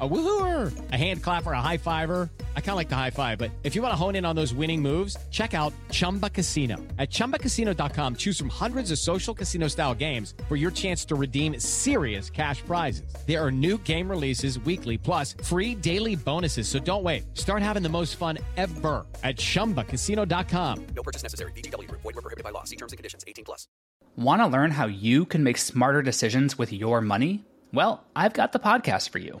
A woohooer, a hand clapper, a high fiver. I kind of like the high five, but if you want to hone in on those winning moves, check out Chumba Casino. At chumbacasino.com, choose from hundreds of social casino style games for your chance to redeem serious cash prizes. There are new game releases weekly, plus free daily bonuses. So don't wait. Start having the most fun ever at chumbacasino.com. No purchase necessary. VGW Group. Void were prohibited by law. See terms and conditions. 18 plus. Want to learn how you can make smarter decisions with your money? Well, I've got the podcast for you.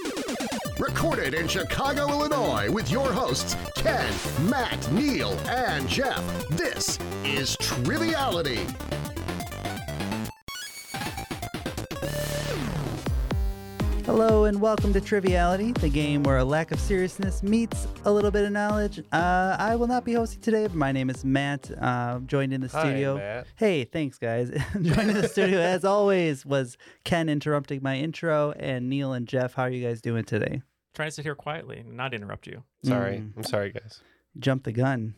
Recorded in Chicago, Illinois, with your hosts, Ken, Matt, Neil, and Jeff. This is Triviality. Hello and welcome to Triviality, the game where a lack of seriousness meets a little bit of knowledge. Uh, I will not be hosting today. but My name is Matt. Uh, joined in the studio. Matt. Hey, thanks guys. joined in the studio as always was Ken interrupting my intro and Neil and Jeff. How are you guys doing today? Mm. trying to sit here quietly and not interrupt you. Sorry. I'm sorry, guys. Jump the gun.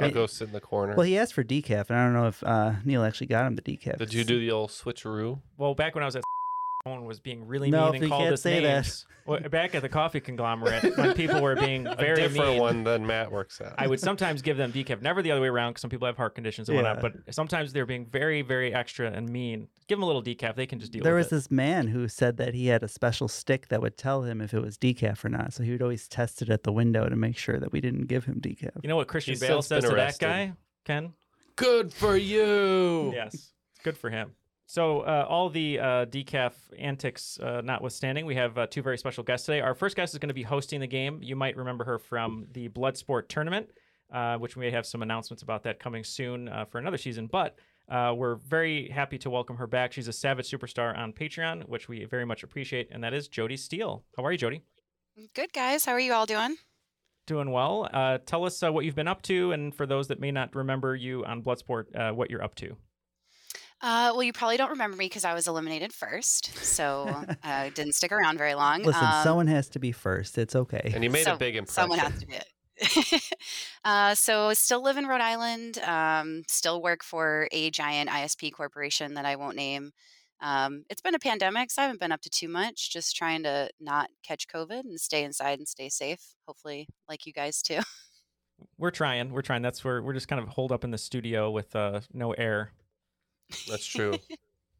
I'll go sit in the corner. Well, he asked for decaf, and I don't know if uh, Neil actually got him the decaf. Did you do the old switcheroo? Well, back when I was at someone was being really No, mean you and called can't us say that. names. Well, back at the coffee conglomerate, when people were being A very different mean, one than Matt works at. I would sometimes give them decaf, never the other way around, because some people have heart conditions and Yeah. whatnot. But sometimes they're being very, very extra and mean. Give them a little decaf; they can just deal There was with it. this man who said that he had a special stick that would tell him if it was decaf or not. So he would always test it at the window to make sure that we didn't give him decaf. You know what Christian He's Bale since been says to that arrested. guy, Ken? Good for you. Yes, good for him. So, uh, all the uh, decaf antics uh, notwithstanding, we have uh, two very special guests today. Our first guest is going to be hosting the game. You might remember her from the Bloodsport tournament, uh, which we may have some announcements about that coming soon uh, for another season. But uh, we're very happy to welcome her back. She's a Savage Superstar on Patreon, which we very much appreciate, and that is Jody Steele. How are you, Jody? Good guys, how are you all doing? Doing well. Uh, tell us uh, what you've been up to, and for those that may not remember you on Bloodsport, uh, what you're up to. Uh, well, you probably don't remember me because I was eliminated first, so I didn't stick around very long. Listen, Um, someone has to be first. It's okay. And you made a some- big impression. Someone has to do it. uh, so, still live in Rhode Island. Um, still work for a giant ISP corporation that I won't name. Um, it's been a pandemic, so I haven't been up to too much. Just trying to not catch COVID and stay inside and stay safe. Hopefully, like you guys too. We're trying. We're trying. That's where we're just kind of holed up in the studio with uh, no air. That's true.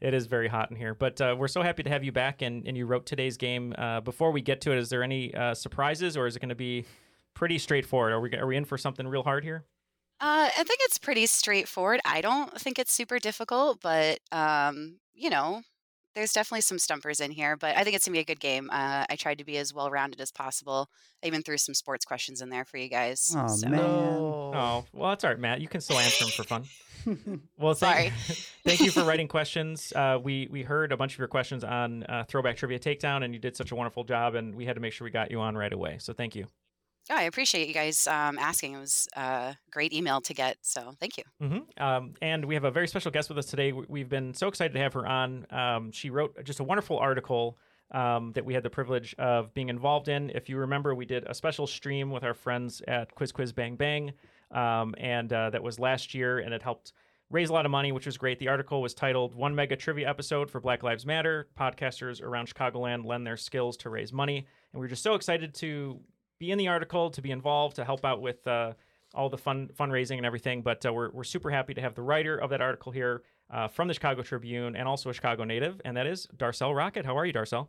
It is very hot in here, but uh, we're so happy to have you back. And, and you wrote today's game. Uh, before we get to it, is there any uh, surprises, or is it going to be pretty straightforward? Are we are we in for something real hard here? Uh, I think it's pretty straightforward. I don't think it's super difficult, but um, you know, there's definitely some stumpers in here. But I think it's gonna be a good game. Uh, I tried to be as well rounded as possible. I even threw some sports questions in there for you guys. Oh, so. man. Oh, well, that's all right, Matt. You can still answer them for fun. Well, thank, thank you for writing questions. Uh, we we heard a bunch of your questions on uh, Throwback Trivia Takedown, and you did such a wonderful job. And we had to make sure we got you on right away. So thank you. Yeah, I appreciate you guys um, asking. It was a uh, great email to get, so thank you. hmm Um, and we have a very special guest with us today. We- We've been so excited to have her on. Um, she wrote just a wonderful article um, that we had the privilege of being involved in. If you remember, we did a special stream with our friends at Quiz Quiz Bang Bang, um, and uh, that was last year, and it helped raise a lot of money, which was great. The article was titled One Mega Trivia Episode for Black Lives Matter. Podcasters around Chicagoland lend their skills to raise money. And we were just so excited to be in the article, to be involved, to help out with uh, all the fun fundraising and everything. But uh, we're, we're super happy to have the writer of that article here uh, from the Chicago Tribune and also a Chicago native, and that is Darcel Rocket. How are you, Darcel?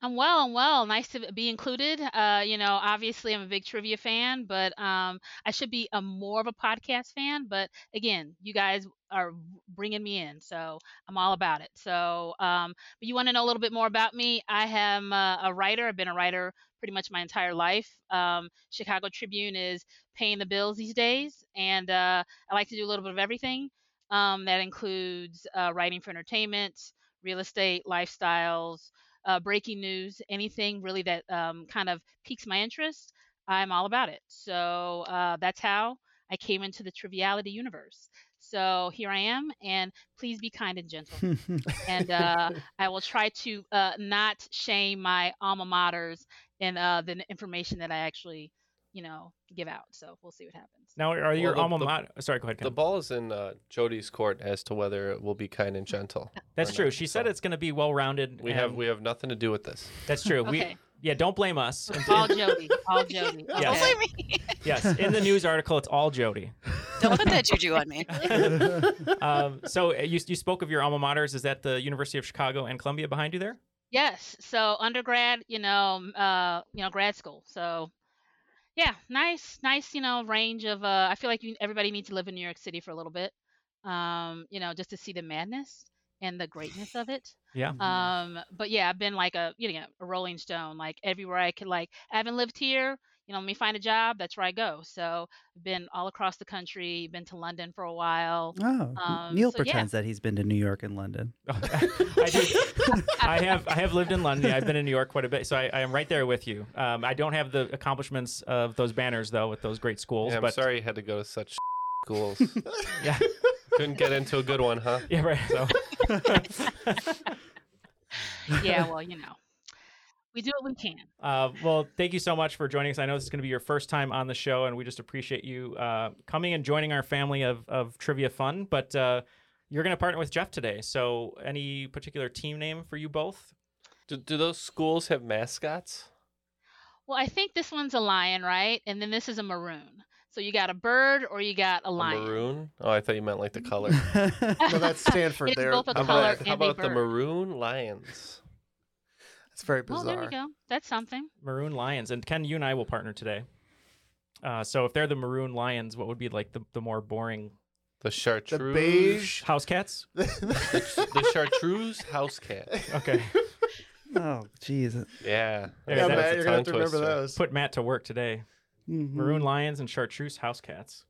I'm well. I'm well. Nice to be included. Uh, you know, obviously I'm a big trivia fan, but um, I should be a more of a podcast fan. But again, you guys are bringing me in, so I'm all about it. So, um, but you want to know a little bit more about me? I am uh, a writer. I've been a writer pretty much my entire life. Um, Chicago Tribune is paying the bills these days, and uh, I like to do a little bit of everything. Um, that includes uh, writing for entertainment, real estate, lifestyles, uh, breaking news, anything really that um, kind of piques my interest. I'm all about it. So uh, that's how I came into the triviality universe. So here I am, and please be kind and gentle and uh, I will try to uh, not shame my alma maters and uh, the information that I actually, you know, give out. So we'll see what happens. Now, are your Well, the- alma the- mater? Sorry, go ahead. The Ken. ball is in uh, Jody's court as to whether it will be kind and gentle. That's or true. not, She said so it's going to be well rounded. We have we have nothing to do with this. That's true. We Okay. yeah. Don't blame us. And- All Jody, all Jody. Don't Yes. Okay. blame me. yes, in the news article, it's all Jody. Don't put that juju on me. Um, so uh, you you spoke of your alma maters. Is that the University of Chicago and Columbia behind you there? Yes. So undergrad, you know, m- uh, you know, grad school. So yeah, nice, nice, you know, range of. Uh, I feel like you, everybody needs to live in New York City for a little bit. Um, you know, just to see the madness and the greatness of it. Yeah. Mm-hmm. Um, but yeah, I've been like a you know a rolling stone, like everywhere I could. Like I haven't lived here. You know, let me find a job. That's where I go. So I've been all across the country. Been to London for a while. Oh, Um, Neil so yeah. pretends that he's been to New York and London. I, do, I have I have lived in London. I've been in New York quite a bit, so I, I am right there with you. Um, I don't have the accomplishments of those banners though, with those great schools. Yeah, I'm but sorry you had to go to such schools. Yeah. Couldn't get into a good one, huh? Yeah, right. So Yeah. Well, you know, we do what we can. Uh, well, thank you so much for joining us. I know this is going to be your first time on the show, and we just appreciate you uh, coming and joining our family of, of trivia fun. But uh, you're going to partner with Jeff today. So, any particular team name for you both? Do, do those schools have mascots? Well, I think this one's a lion, right? And then this is a maroon. So you got a bird or you got a A lion. maroon? Oh, I thought you meant like the color. No, that's Stanford It is there. both a How I'm color about, right. and how about a the bird. maroon lions? It's very Well, bizarre. there you go. That's something. Maroon Lions. And Ken, you and I will partner today. Uh, so, if they're the Maroon Lions, what would be like the, the more boring The The chartreuse. beige. house cats? The, the chartreuse house cat. Okay. Oh, jeez. Yeah. Yeah, Yeah, that's Matt, a you're gonna have to tongue remember twister. those. Mm-hmm. Put Matt to work today. Maroon Lions and chartreuse house cats.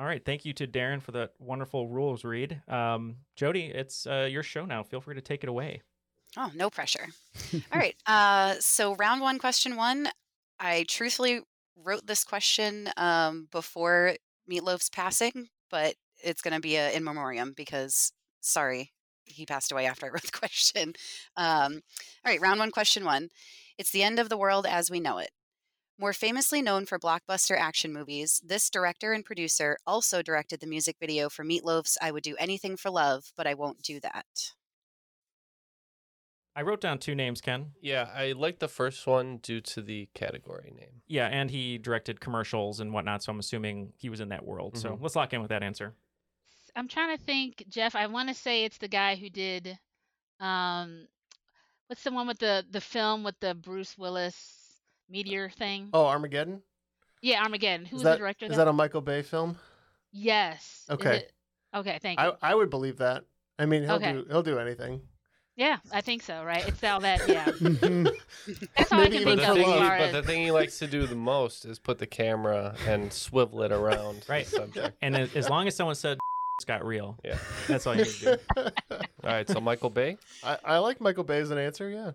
All right. Thank you to Darren for that wonderful rules read. Um, Jody, it's uh, your show now. Feel free to take it away. Oh, no pressure. All right. Uh, so, round one, question one. I truthfully wrote this question um, before Meatloaf's passing, but it's going to be a in memoriam because, sorry, he passed away after I wrote the question. Um, all right. Round one, question one. It's the end of the world as we know it. More famously known for blockbuster action movies, this director and producer also directed the music video for Meatloaf's I Would Do Anything for Love, but I Won't Do That. I wrote down two names, Ken. Yeah, I like the first one due to the category name. Yeah, and he directed commercials and whatnot, so I'm assuming he was in that world. So Mhm. let's lock in with that answer. I'm trying to think, Jeff. I want to say it's the guy who did, um, what's the one with the the film with the Bruce Willis meteor thing? Oh, Armageddon. Yeah, Armageddon. Who is was that, the director? of Is that a Michael Bay film? Yes. Is Okay. it- Okay. Thank you. I, I would believe that. I mean, he'll Okay. do he'll do anything. Yeah, I think so. Right? It's all that. Yeah. That's all I Maybe can even think But the, for of. as thing he, love. far but as- the thing he likes to do the most is put the camera and swivel it around Right. the subject. And as, as long as someone said it's got real, Yeah. that's all you need to do. All right, so Michael Bay. I, I like Michael Bay as an answer. Yeah.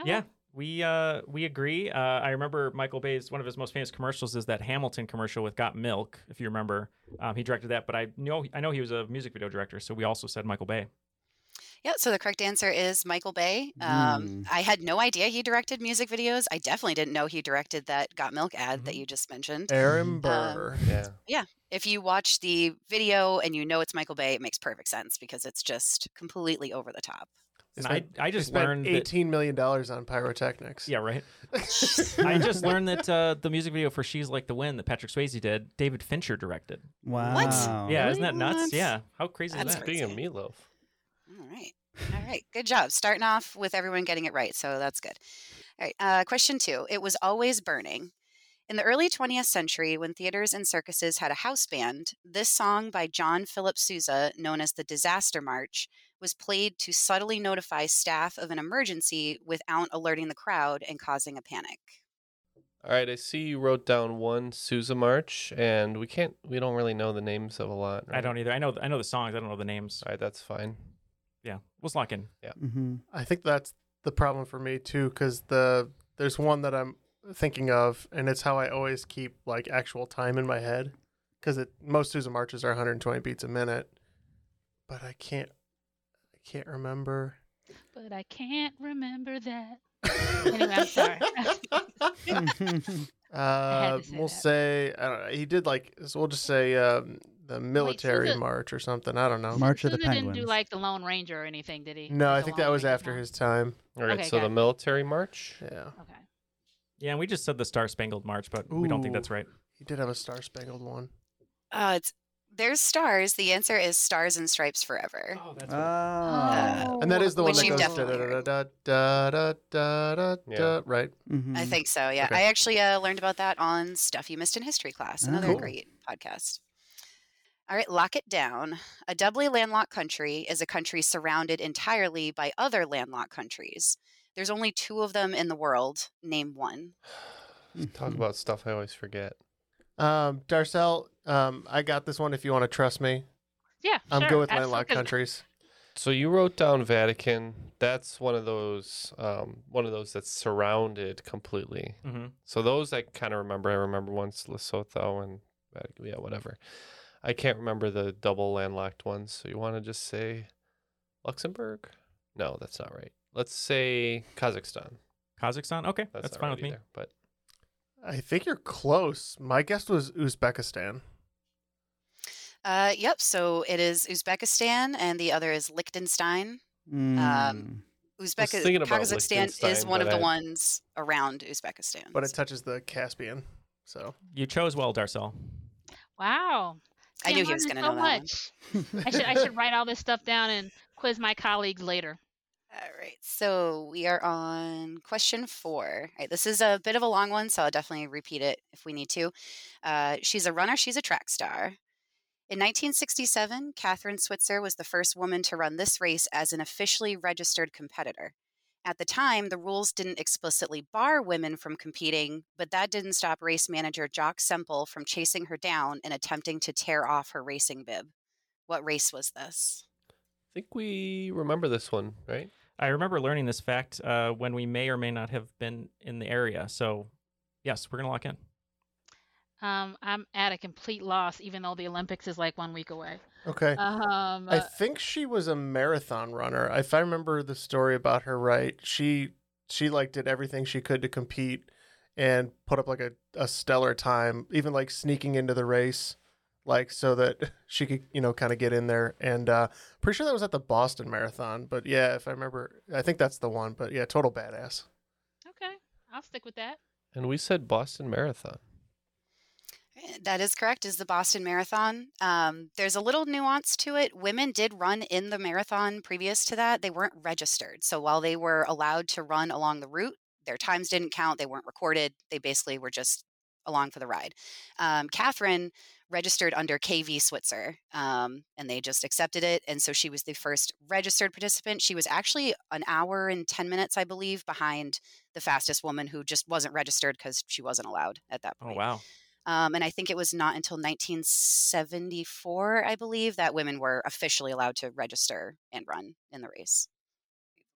Okay. Yeah, we uh, we agree. Uh, I remember Michael Bay's one of his most famous commercials is that Hamilton commercial with Got Milk. If you remember, um, he directed that. But I know I know he was a music video director, so we also said Michael Bay. Yeah, so the correct answer is Michael Bay. Mm. Um, I had no idea he directed music videos. I definitely didn't know he directed that Got Milk ad that you just mentioned. Mm-hmm. um, Aaron Um, Burr. Yeah. If you watch the video and you know it's Michael Bay, it makes perfect sense because it's just completely over the top. And I, I just spent learned that eighteen million dollars on pyrotechnics. Yeah, right. I just learned that uh, the music video for "She's Like the Wind" that Patrick Swayze did, David Fincher directed. Wow. Yeah, isn't that nuts? What? Yeah, how crazy That's is that? Speaking of crazy. meatloaf, All right. All right. Good job. Starting off with everyone getting it right. So that's good. All right. Uh, question two It was always burning. In the early 20th century, when theaters and circuses had a house band, this song by John Philip Sousa, known as the Disaster March, was played to subtly notify staff of an emergency without alerting the crowd and causing a panic. All right, I see you wrote down one Sousa March, and we can't, we don't really know the names of a lot. I don't either. I know I know the songs. I don't know the names. All right, that's fine. Yeah, let's lock in. Yeah. Mm-hmm. I think that's the problem for me too, because the there's one that I'm thinking of, and it's how I always keep like actual time in my head, because it most Susan marches are 120 beats a minute, but I can't, I can't remember. But I can't remember that. anyway, I'm sorry. Uh, to say we'll that. say I don't know. He did like so we'll just say um, the military Sousa- march or something. I don't know. March of Sousa the didn't do Penguins. like the Lone Ranger or anything, did he? No, Like I the think Lone that was Ranger after song? his time. All right, Okay, so got the it. military march. Yeah, Okay. Yeah, and we just said the Star Spangled March, but we don't think Ooh. that's right. he did have a star spangled one. Uh, it's, there's stars. The answer is Stars and Stripes Forever. Oh, that's Oh. And that is the one Which that you've goes definitely da da da da da da Yeah. da right. Mhm. Mm-hmm. I think so. Yeah, Okay. I actually uh, learned about that on Stuff You Missed in History Oh, class. Another Cool. great podcast. All right, lock it down. A doubly landlocked country is a country surrounded entirely by other landlocked countries. There's only two of them in the world. Name one. Talk about stuff I always forget. Um, Darcel, um, I got this one if you want to trust me. Yeah. I'm sure, good with absolutely. landlocked countries. So you wrote down Vatican. That's one of those, um, one of those that's surrounded completely. hmm So those I kind of remember. I remember once Lesotho and Vatican. Yeah, whatever. I can't remember the double landlocked ones. So you want to just say Luxembourg? No, that's not right. Let's say Kazakhstan. Kazakhstan. Okay, that's, not fine right with me. either, But I think you're close. My guess was Uzbekistan. Uh, yep. So it is Uzbekistan, and the other is Liechtenstein. Um, Uzbek- Mm. thinking about Kazakhstan is Liechtenstein, one of but the I- ones around Uzbekistan. But so- it touches the Caspian. So You chose well, Darcel. Wow. I See, knew I'm he was learning gonna know that one. so much. I should I should write all this stuff down and quiz my colleagues later. All right, so we are on question four. All right, this is a bit of a long one, so I'll definitely repeat it if we need to. Uh, she's a runner, she's a track star. In 1967, Catherine Switzer was the first woman to run this race as an officially registered competitor. At the time, the rules didn't explicitly bar women from competing, but that didn't stop race manager Jock Semple from chasing her down and attempting to tear off her racing bib. What race was this? I think we remember this one, right? I remember learning this fact uh, when we may or may not have been in the area. So, yes, we're gonna lock in. Um, I'm at a complete loss, even though the Olympics is like one week away. okay. Um, I think she was a marathon runner. If I remember the story about her right, she she like did everything she could to compete and put up like a, a stellar time, even like sneaking into the race, like so that she could, you know, kind of get in there. And uh pretty sure that was at the Boston Marathon. But yeah, if I remember I think that's the one. But yeah, total badass. okay, I'll stick with that. And we said Boston Marathon. That is correct. Is the Boston Marathon? Um, there's a little nuance to it. Women did run in the marathon previous to that. They weren't registered, so while they were allowed to run along the route, their times didn't count. They weren't recorded. They basically were just along for the ride. Um, Catherine registered under KV Switzer, um, and they just accepted it. And so she was the first registered participant. She was actually an hour and ten minutes, I believe, behind the fastest woman who just wasn't registered because she wasn't allowed at that Oh point. wow. Um, and I think it was not until 1974, I believe, that women were officially allowed to register and run in the race.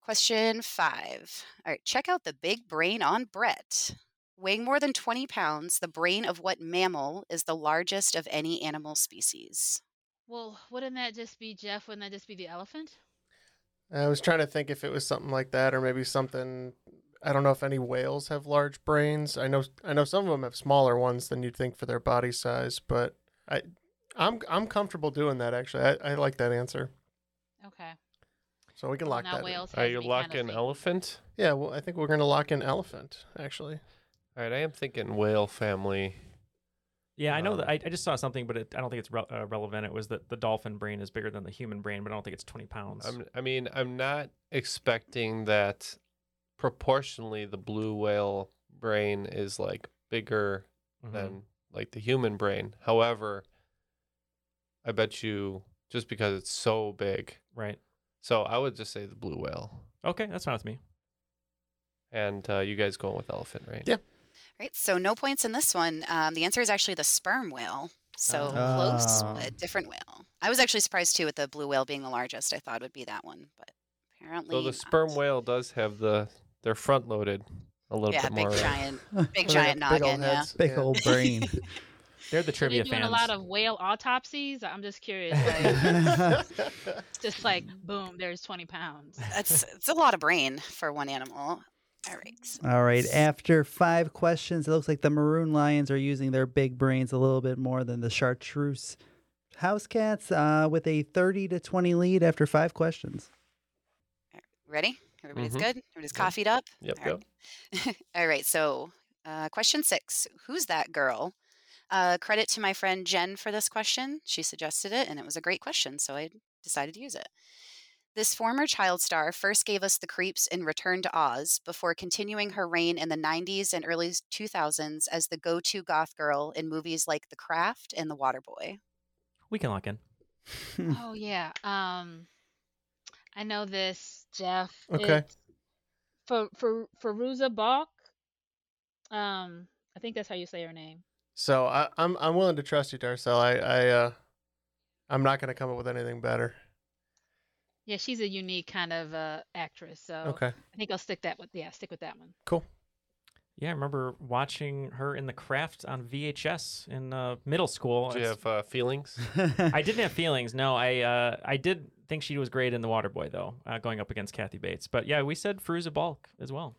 Question five. All right, check out the big brain on Brett. Weighing more than 20 pounds, the brain of what mammal is the largest of any animal species? Well, wouldn't that just be Jeff? Wouldn't that just be the elephant? I was trying to think if it was something like that or maybe something I don't know if any whales have large brains. I know I know some of them have smaller ones than you'd think for their body size, but I I'm I'm comfortable doing that actually. I, I like that answer. Okay. So we can Well, lock now that. in. Wales Are has you me locking kind of elephant? Yeah, well, I think we're gonna lock in elephant actually. All right, I am thinking whale family. Yeah, I know that. Um, I, I just saw something, but it, I don't think it's re- uh, relevant. It was that the dolphin brain is bigger than the human brain, but I don't think it's 20 pounds. I'm, I mean, I'm not expecting that proportionally the blue whale brain is like bigger Mhm. than like the human brain. However, I bet you just because it's so big. Right. So I would just say the blue whale. Okay, that's fine with me. And uh, you guys going with elephant, right? Yeah. Right. So no points in this one. Um, the answer is actually the sperm whale. So close, Ah. but different whale. I was actually surprised too with the blue whale being the largest. I thought it would be that one, but apparently. So the not. sperm whale does have the they're front loaded a little Yeah, bit more. big giant, big They got giant big old noggin. Yeah. heads, Big yeah. old brain. They're the Are they trivia doing fans. a lot of whale autopsies? I'm just curious. Like, just like boom, there's 20 pounds. That's it's a lot of brain for one animal. All right. All right. After five questions, it looks like the maroon lions are using their big brains a little bit more than the chartreuse house cats uh, with a 30 to 20 lead after five questions. Ready? Everybody's Mhm. good. Everybody's coffeeed up. Yep, All right. All right. So, uh, question six Who's that girl? Uh, credit to my friend Jen for this question. She suggested it, and it was a great question. So, I decided to use it. This former child star first gave us the creeps in Return to Oz before continuing her reign in the 90s and early 2000s as the go to goth girl in movies like The Craft and The Waterboy. we can lock in. oh yeah. Um, I know this, Jeff. Okay. It's for for Feruza Balk. Um, I think that's how you say her name. so I, I'm I'm willing to trust you, Darcel. I I uh, I'm not gonna come up with anything better. Yeah, she's a unique kind of uh, actress. So Okay. I think I'll stick that with yeah, stick with that one. Cool. Yeah, I remember watching her in The Craft on VHS in uh, middle school. Do you It's- have uh, feelings? I didn't have feelings. No, I uh, I did think she was great in The Waterboy, though, uh, going up against Kathy Bates. But yeah, we said Fruza Balk as well.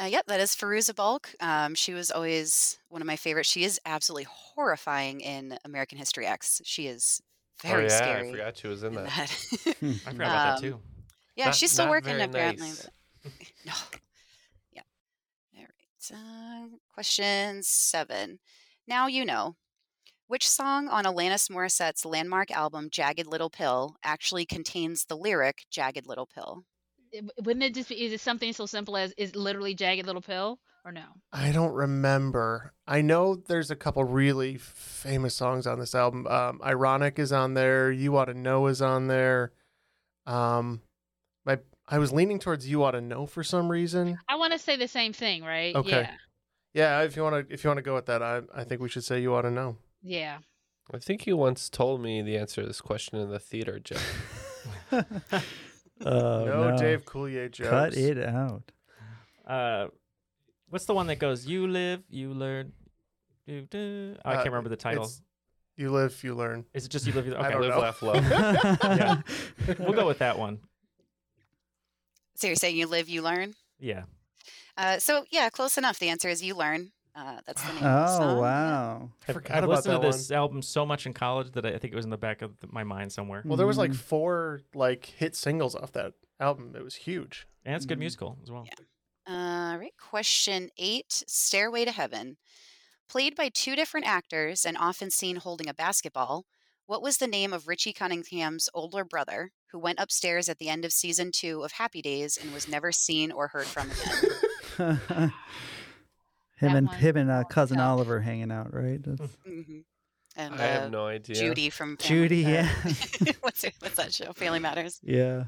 Uh, yep, that is Feruza Balk. Um, she was always one of my favorites. She is absolutely horrifying in American History X. She is oh very yeah, scary. I forgot she was in in that. that. I forgot about Um, that too. yeah, Not- she's still not working very apparently. nice. but- no. Yeah. All right. Uh, question seven. Now you know. Which song on Alanis Morissette's landmark album Jagged Little Pill actually contains the lyric Jagged Little Pill? It- w- wouldn't it just be is it something so simple as is literally jagged little pill or no? I don't remember. I know there's a couple really famous songs on this album. Um, Ironic is on there. You Ought to Know is on there. Um, my I was leaning towards You Ought to Know for some reason. I want to say the same thing, right? Okay. Yeah. Yeah, if you want to, if you want to go with that, I I think we should say You Ought to Know. Yeah. I think you once told me the answer to this question in the theater, Jeff. Oh, no, Dave Coulier jokes. Cut it out. Uh, what's the one that goes, You live, you learn? Do, do. Oh, I Uh, can't remember the title. it's- You live, you learn. Is it just You Live? You Learn? I Okay, don't Live, know. laugh, love. Yeah. we'll go with that one. So you're saying you live, you learn? Yeah. Uh, so yeah, close enough. The answer is you learn. Uh, that's the name. of the Oh, song. wow. I I've- forgot I've about listened that to one. this album so much in college that I I think it was in the back of th- my mind somewhere. Well, there was Mm. like four like hit singles off that album. It was huge. Mm. And it's a good musical as well. All Uh, right. Question eight: Stairway to Heaven, played by two different actors and often seen holding a basketball. What was the name of Richie Cunningham's older brother who went upstairs at the end of season two of Happy Days and was never seen or heard from again? him That and one him and I uh, wanna cousin know. Oliver hanging out, right? That's hmm And I have uh, no idea. Judy from Family- Judy, uh, yeah. what's her, what's that show? Family Matters. yeah.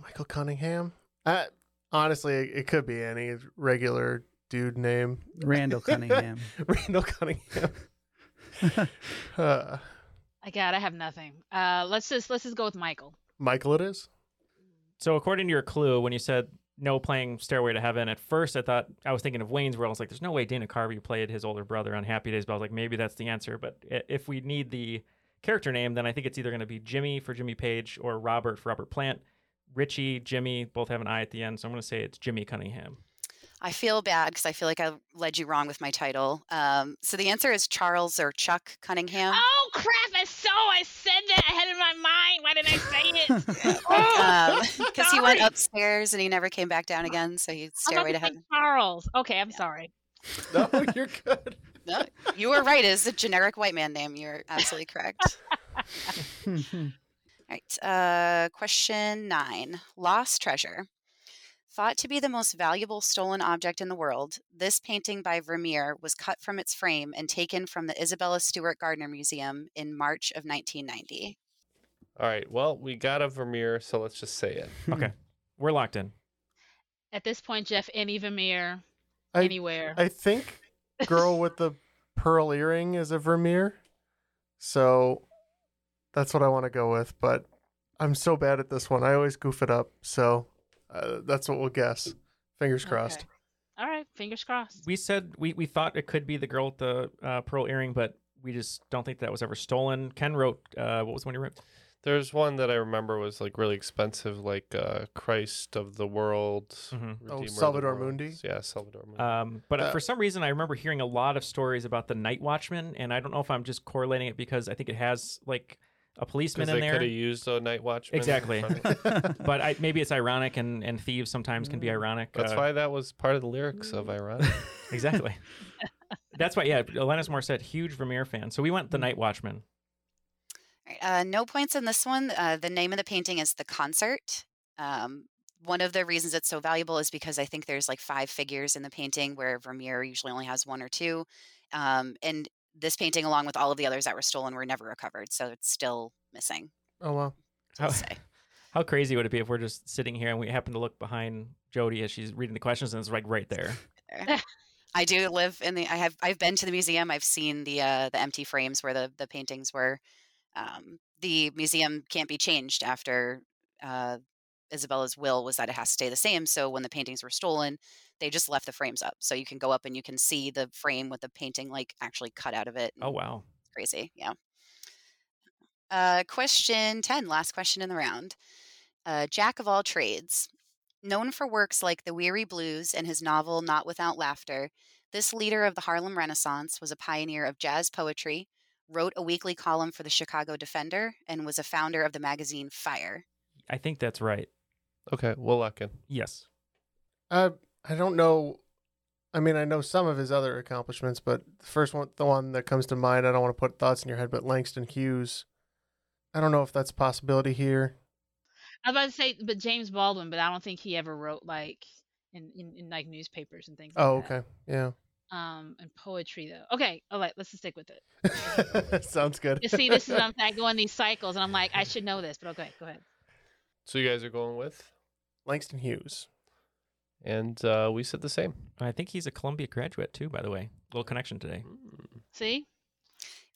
Michael Cunningham. I, honestly, it, it could be any regular dude name. Randall Cunningham. Randall Cunningham. uh, I got I have nothing. Uh let's just let's just go with Michael. Michael, it is. So according to your clue, when you said no playing Stairway to Heaven, at first I thought I was thinking of Wayne's World. I was like, there's no way Dana Carvey played his older brother on Happy Days, but I was like, maybe that's the answer. But i- if we need the character name, then I think it's either going to be Jimmy for Jimmy Page or Robert for Robert Plant. Richie, Jimmy both have an I at the end, so I'm going to say it's Jimmy Cunningham. I feel bad because I feel like I led you wrong with my title. Um, so the answer is Charles or Chuck Cunningham. Oh crap, I saw I said that. I had it in my mind. Why didn't I say it? Because Um, he went Oh, Sorry. Oh, upstairs and he never came back down again, so he's I'm about stairway to to say heaven. Charles. Okay, I'm sorry. No, you're good. No, you were right. It is a generic white man name. You're absolutely correct. All right. Uh, question nine Lost treasure. Thought to be the most valuable stolen object in the world, this painting by Vermeer was cut from its frame and taken from the Isabella Stewart Gardner Museum in March of 1990. All right. Well, we got a Vermeer, so let's just say it. Okay, we're locked in. At this point, Jeff, any Vermeer, I- anywhere. I think girl with the pearl earring is a Vermeer. So that's what I want to go with, but I'm so bad at this one. I always goof it up. So uh, that's what we'll guess. Fingers crossed. Okay. All right, fingers crossed. We said we, we thought it could be the girl with the uh, pearl earring, but we just don't think that was ever stolen. Ken wrote, uh, what was the one you wrote? There's one that I remember was like really expensive, like uh, Christ of the World. Mhm. Oh, Redeemer of the Salvador World. Mundi? Yeah, Salvador Mundi. Um, but Uh, for some reason, I remember hearing a lot of stories about the Night Watchman, and I don't know if I'm just correlating it because I think it has like a policeman Because in they there. could have used a night watchman. in Exactly. front of- but I, maybe it's ironic, and, and thieves sometimes can be ironic. That's uh, why that was part of the lyrics of Ironic. Exactly. That's why, yeah, Alanis Morissette, huge Vermeer fan. So we went The Night Watchman. All right, uh, no points in this one. Uh, the name of the painting is The Concert. Um, one of the reasons it's so valuable is because I think there's like five figures in the painting, where Vermeer usually only has one or two. Um, and this painting, along with all of the others that were stolen, were never recovered. So it's still missing. Oh, wow. How, I'll say. how crazy would it be if we're just sitting here and we happen to look behind Jody as she's reading the questions and it's like right there? There. I do live in the. I have. I've been to the museum. I've seen the uh, the empty frames where the the paintings were. Um, the museum can't be changed after uh, Isabella's will was that it has to stay the same. So when the paintings were stolen, they just left the frames up. So you can go up and you can see the frame with the painting like actually cut out of it. Oh, and wow. it's crazy. Yeah. Uh, question 10, last question in the round. Uh, Jack of all trades. Known for works like The Weary Blues and his novel Not Without Laughter, this leader of the Harlem Renaissance was a pioneer of jazz poetry, wrote a weekly column for the Chicago Defender, and was a founder of the magazine Fire. I think that's right. okay, we'll lock in. Yes. Uh, I don't know. I mean, I know some of his other accomplishments, but the first one, the one that comes to mind, I don't want to put thoughts in your head, but Langston Hughes. I don't know if that's a possibility here. I was about to say, but James Baldwin, but I don't think he ever wrote like in, in, in like newspapers and things. Like Oh, that. okay. Yeah. Um, and poetry though. Okay, all right, let's just stick with it. Sounds good. You see, this is what I'm saying. I go in these cycles, and I'm like, I should know this, but okay, go ahead. So you guys are going with, Langston Hughes. and uh, we said the same. And I think he's a Columbia graduate too, by the way. Little connection today. See,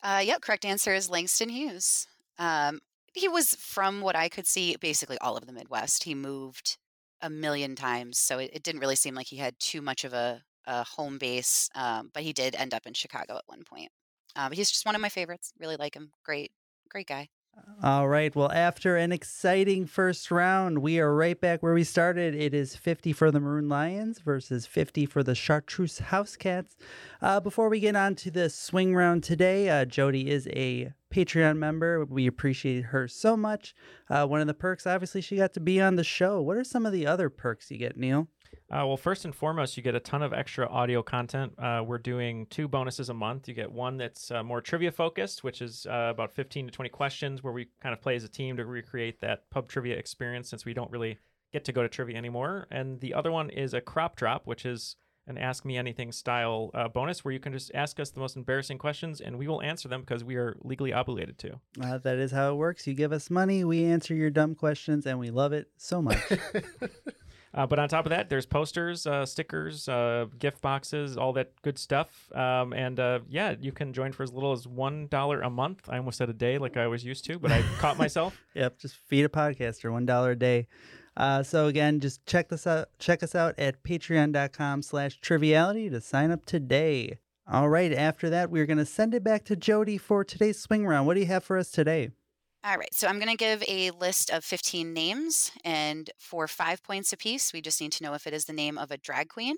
Uh, yep, correct answer is Langston Hughes. Um, he was from what I could see, basically all of the Midwest. He moved a million times, so it, it didn't really seem like he had too much of a, a home base. Um, but he did end up in Chicago at one point. Um, he's just one of my favorites. Really like him. Great, great guy. All right. Well, after an exciting first round, we are right back where we started. It is 50 for the Maroon Lions versus 50 for the Chartreuse House Cats. Uh, before we get on to the swing round today, uh, Jody is a Patreon member. We appreciate her so much. Uh, one of the perks, obviously, she got to be on the show. What are some of the other perks you get, Neil? Uh, well, first and foremost, you get a ton of extra audio content. Uh, we're doing two bonuses a month. You get one that's uh, more trivia focused, which is uh, about 15 to 20 questions, where we kind of play as a team to recreate that pub trivia experience since we don't really get to go to trivia anymore. And the other one is a crop drop, which is an Ask Me Anything style uh, bonus where you can just ask us the most embarrassing questions and we will answer them because we are legally obligated to. Uh, that is how it works. You give us money, we answer your dumb questions, and we love it so much. Uh, but on top of that, there's posters, uh, stickers, uh, gift boxes, all that good stuff. Um, and uh, yeah, you can join for as little as one dollar a month. I almost said a day, like I always used to, but I caught myself. Yep, just feed a podcaster one dollar a day. Uh, so again, just check this out. Check us out at Patreon.com/triviality to sign up today. All right. After that, we're gonna send it back to Jody for today's swing round. What do you have for us today? All right, so I'm going to give a list of 15 names, and for five points apiece, we just need to know if it is the name of a drag queen,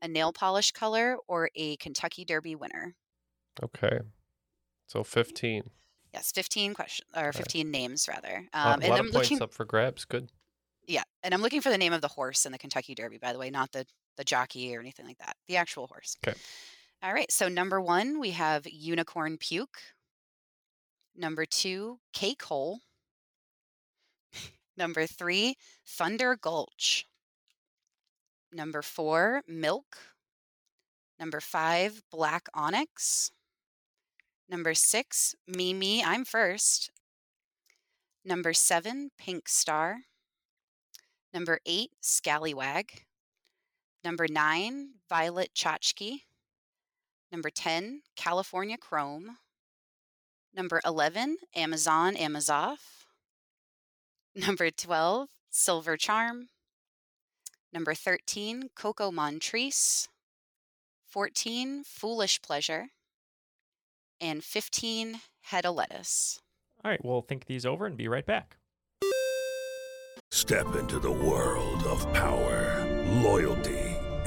a nail polish color, or a Kentucky Derby winner. Okay, so 15. Yes, 15 questions or 15 names rather. Lot- Um, a and lot I'm of points looking up for grabs. Good. yeah, and I'm looking for the name of the horse in the Kentucky Derby by the way, not the the jockey or anything like that. The actual horse. 'Kay. All right. So number 1, we have Unicorn Puke. Number 2, Cake Hole. number 3, Thunder Gulch. Number 4, Milk. Number 5, Black Onyx. Number 6, Me Me I'm First. Number seven, Pink Star. Number eight, Scallywag. Number nine, Violet Chachki. Number 10, California Chrome. Number 11, Amazon Amazoff. Number 12, Silver Charm. Number 13, Coco Montrese. 14, Foolish Pleasure. And 15, Head of Lettuce. All right, we'll think these over and be right back. Step into the world of power, loyalty,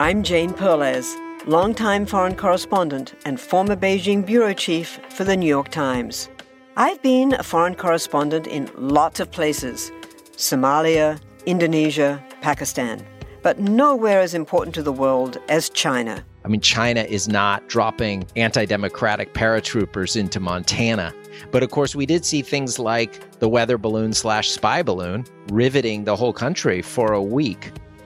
I'm Jane Perlez, longtime foreign correspondent and former Beijing bureau chief for the New York Times. I've been a foreign correspondent in lots of places Somalia, Indonesia, Pakistan, but nowhere as important to the world as China. I mean, China is not dropping anti democratic paratroopers into Montana. But of course, we did see things like the weather balloon slash spy balloon riveting the whole country for a week.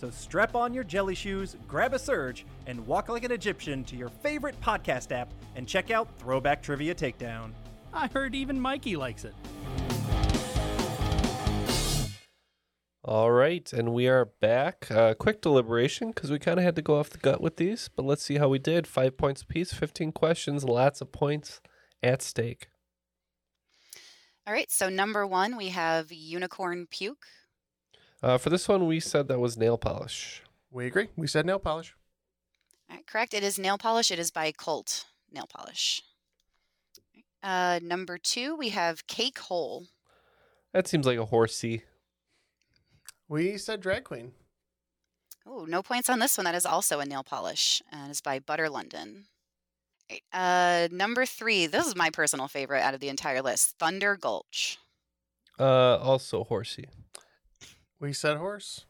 So strap on your jelly shoes, grab a surge, and walk like an Egyptian to your favorite podcast app and check out Throwback Trivia Takedown. I heard even Mikey likes it. All right, and we are back. Uh, quick deliberation because we kind of had to go off the gut with these, but let's see how we did. Five points apiece, fifteen questions, lots of points at stake. All right, so number one, we have unicorn puke. Uh, for this one, we said that was nail polish. We agree. We said nail polish. All right, correct. It is nail polish. It is by Colt nail polish. Uh, number two, we have cake hole. That seems like a horsey. We said drag queen. Oh, no points on this one. That is also a nail polish, and it's by Butter London. All right, Uh, number three, this is my personal favorite out of the entire list Thunder Gulch. Uh, also horsey. We said horse.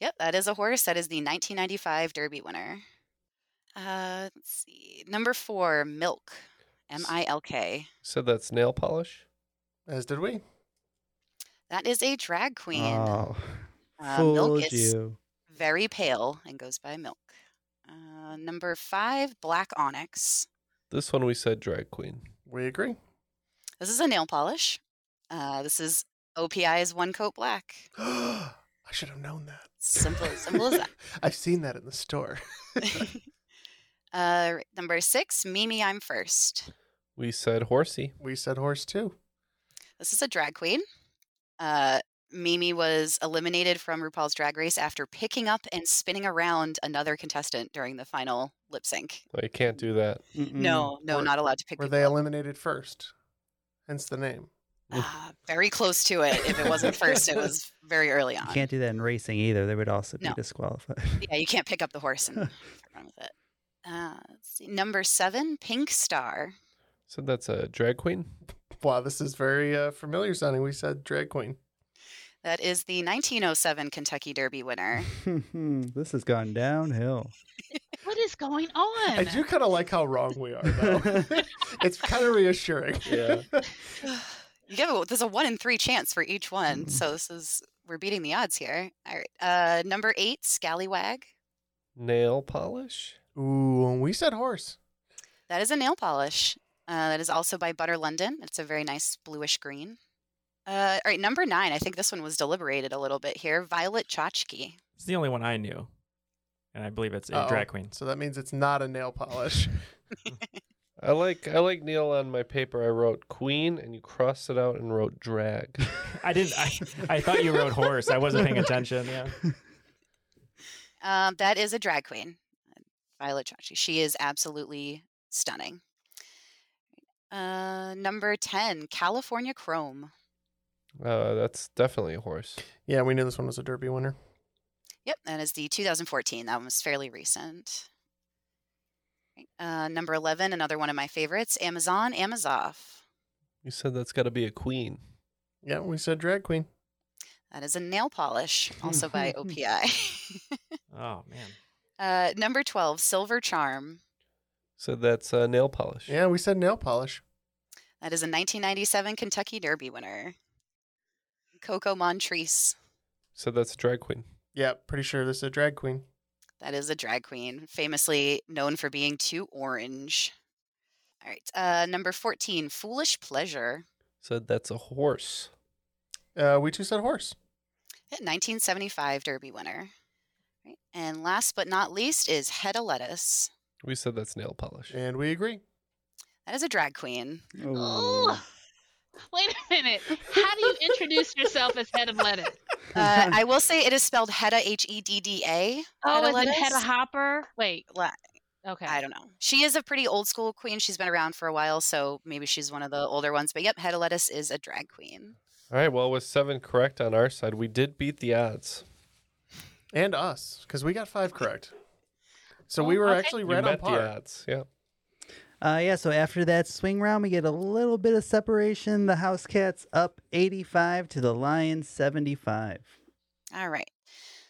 Yep, that is a horse. That is the 1995 Derby winner. Uh, let's see. Number four, milk. M I L K. Said that's nail polish. As did we. That is a drag queen. Oh, Uh, milk fooled is you. very pale and goes by milk. Uh, number five, black onyx. This one we said drag queen. We agree. This is a nail polish. Uh, this is OPI's one coat black. I should have known that. Simple, simple as that. I've seen that in the store. Uh, right, number six, Mimi, I'm first. We said horsey. We said horse too. This is a drag queen. Uh, Mimi was eliminated from RuPaul's Drag Race after picking up and spinning around another contestant during the final lip sync. I can't do that. No, no, Were- not allowed to pick. Were people they eliminated first? hence the name. Very close to it. If it wasn't first, it was very early You on. can't do that in racing either. They would also be No. disqualified. Yeah, you can't pick up the horse and run with it. Uh, let's see. Number seven, Pink Star. So that's a drag queen. Wow, this is very uh, familiar sounding. We said drag queen. That is the 1907 Kentucky Derby winner. Hmm, this has gone downhill. What is going on? I do kind of like how wrong we are, though. it's kind of reassuring. Yeah. You give it, there's a one in three chance for each Mm. one. So this is, we're beating the odds here. All right. Uh, number eight, Scallywag. Nail polish. Ooh, and we said horse. That is a nail polish. Uh, that is also by Butter London. It's a very nice bluish green. Uh, all right, number nine. I think this one was deliberated a little bit here. Violet Chachki. It's the only one I knew, and I believe it's a Uh-oh. drag queen. So that means it's not a nail polish. I like I like Neil on my paper. I wrote queen, and you crossed it out and wrote drag. I didn't. I, I thought you rode horse. I wasn't paying attention. Yeah. Um, that is a drag queen, Violet Chachki. She is absolutely stunning. Uh, number 10, California Chrome. Uh, that's definitely a horse. yeah, we knew this one was a derby winner. Yep, that is the 2014. That one was fairly recent. Right, Uh, number 11, another one of my favorites, Amazon Amazoff. You said that's got to be a queen. Yeah, we said drag queen. That is a nail polish, also by OPI. Oh man. Uh, number 12, Silver Charm. So that's uh, nail polish. Yeah, we said nail polish. That is a 1997 Kentucky Derby winner. Coco Montrese. So that's a drag queen. Yeah, pretty sure this is a drag queen. That is a drag queen, famously known for being too orange. All right. Uh, number 14, Foolish Pleasure. So that's a horse. Uh, we two said horse. Yeah, 1975 Derby winner. Right. And last but not least is Hedda Lettuce. We said that's nail polish. And we agree. That is a drag queen. Ooh. Wait a minute. How do you introduce yourself as head of lettuce? Uh, I will say it is spelled Hedda, H E D D A. Oh, Hedda is it head of Lettuce. hopper? Wait. La- Okay. I don't know. She is a pretty old school queen. She's been around for a while, so maybe she's one of the older ones. But yep, Hedda Lettuce is a drag queen. All right. Well, with seven correct on our side, we did beat the odds. And us, because we got five correct. So we were actually You right on met par. the odds. Yeah. Uh, yeah, so after that swing round, we get a little bit of separation. The house cats up 85 to the lions 75. All right.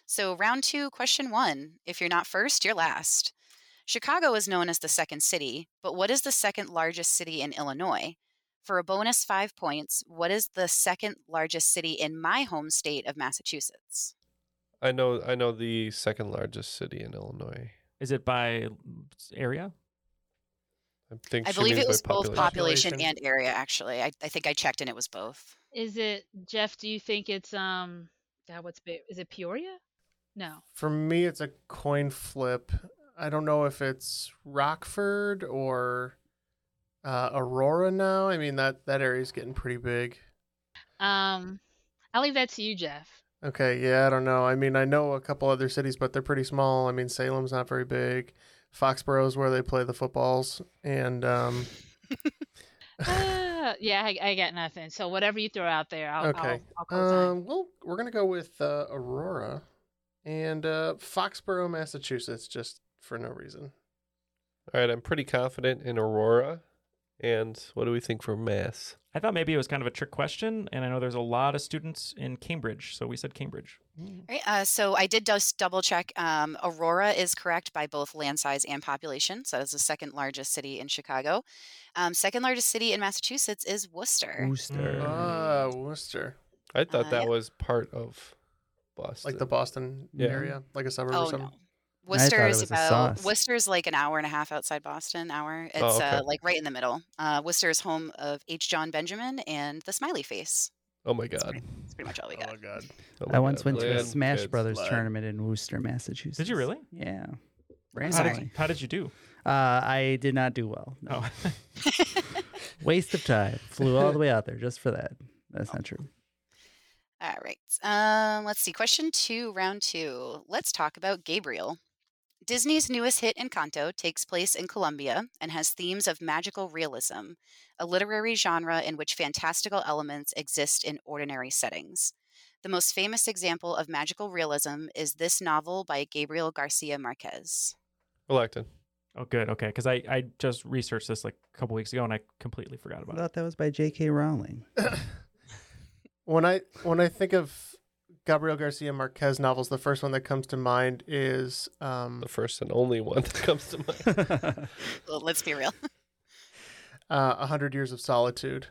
So, round two, question one. If you're not first, you're last. Chicago is known as the second city, but what is the second largest city in Illinois? For a bonus five points, what is the second largest city in my home state of Massachusetts? I know. I know the second largest city in Illinois. Is it by area? I think. I she believe means it by was both population, population. and area, actually. I, I think I checked and it was both. Is it Jeff? Do you think it's um? God, what's big? Is it Peoria? No. For me, it's a coin flip. I don't know if it's Rockford or uh, Aurora now. I mean that that area's getting pretty big. Um, I'll leave that to you, Jeff. Okay, yeah, I don't know. I mean, I know a couple other cities, but they're pretty small. I mean, Salem's not very big. Foxborough is where they play the footballs, and um, Uh, yeah, I, I got nothing. So whatever you throw out there, I'll. okay, I'll, I'll um, well, we're gonna go with uh, Aurora and uh, Foxborough, Massachusetts, just for no reason. All right. I'm pretty confident in Aurora. And what do we think for mass? I thought maybe it was kind of a trick question, and I know there's a lot of students in Cambridge, so we said Cambridge. All right, uh, so I did just double check. Um, Aurora is correct by both land size and population. So that is the second largest city in Chicago. Um, second largest city in Massachusetts is Mm. Worcester. Ah, Mm. Worcester, I thought Uh, that yeah. was part of Boston. like the Boston Yeah. area, like a suburb Oh, or something. Worcester it is was a about sauce. Oh, Worcester is like an hour and a half outside Boston. Hour. It's okay. uh, like right in the middle. Uh, Worcester is home of H. John Benjamin and the Smiley Face. Oh my god. That's pretty much all we got. Oh god. I once went to a Land Smash kids, Brothers land. tournament in Worcester, Massachusetts. Did you really? Yeah. How did, Randomly. you, how did you do? Oh. Uh, I did not do well. No. Waste of time. Flew all the way out there just for that. That's not true. All right. Um, let's see. Question two, round two. Let's talk about Gabriel. Disney's newest hit, Encanto, takes place in Colombia and has themes of magical realism, a literary genre in which fantastical elements exist in ordinary settings. The most famous example of magical realism is this novel by Gabriel Garcia Marquez. Reluctant. Oh, good. Okay, because I, I just researched this like a couple weeks ago and I completely forgot I about it. thought that was by J.K. Rowling. When I when I think of Gabriel Garcia Marquez novels, the first one that comes to mind is um, the first and only one that comes to mind. Well, let's be real. uh, A Hundred Years of Solitude,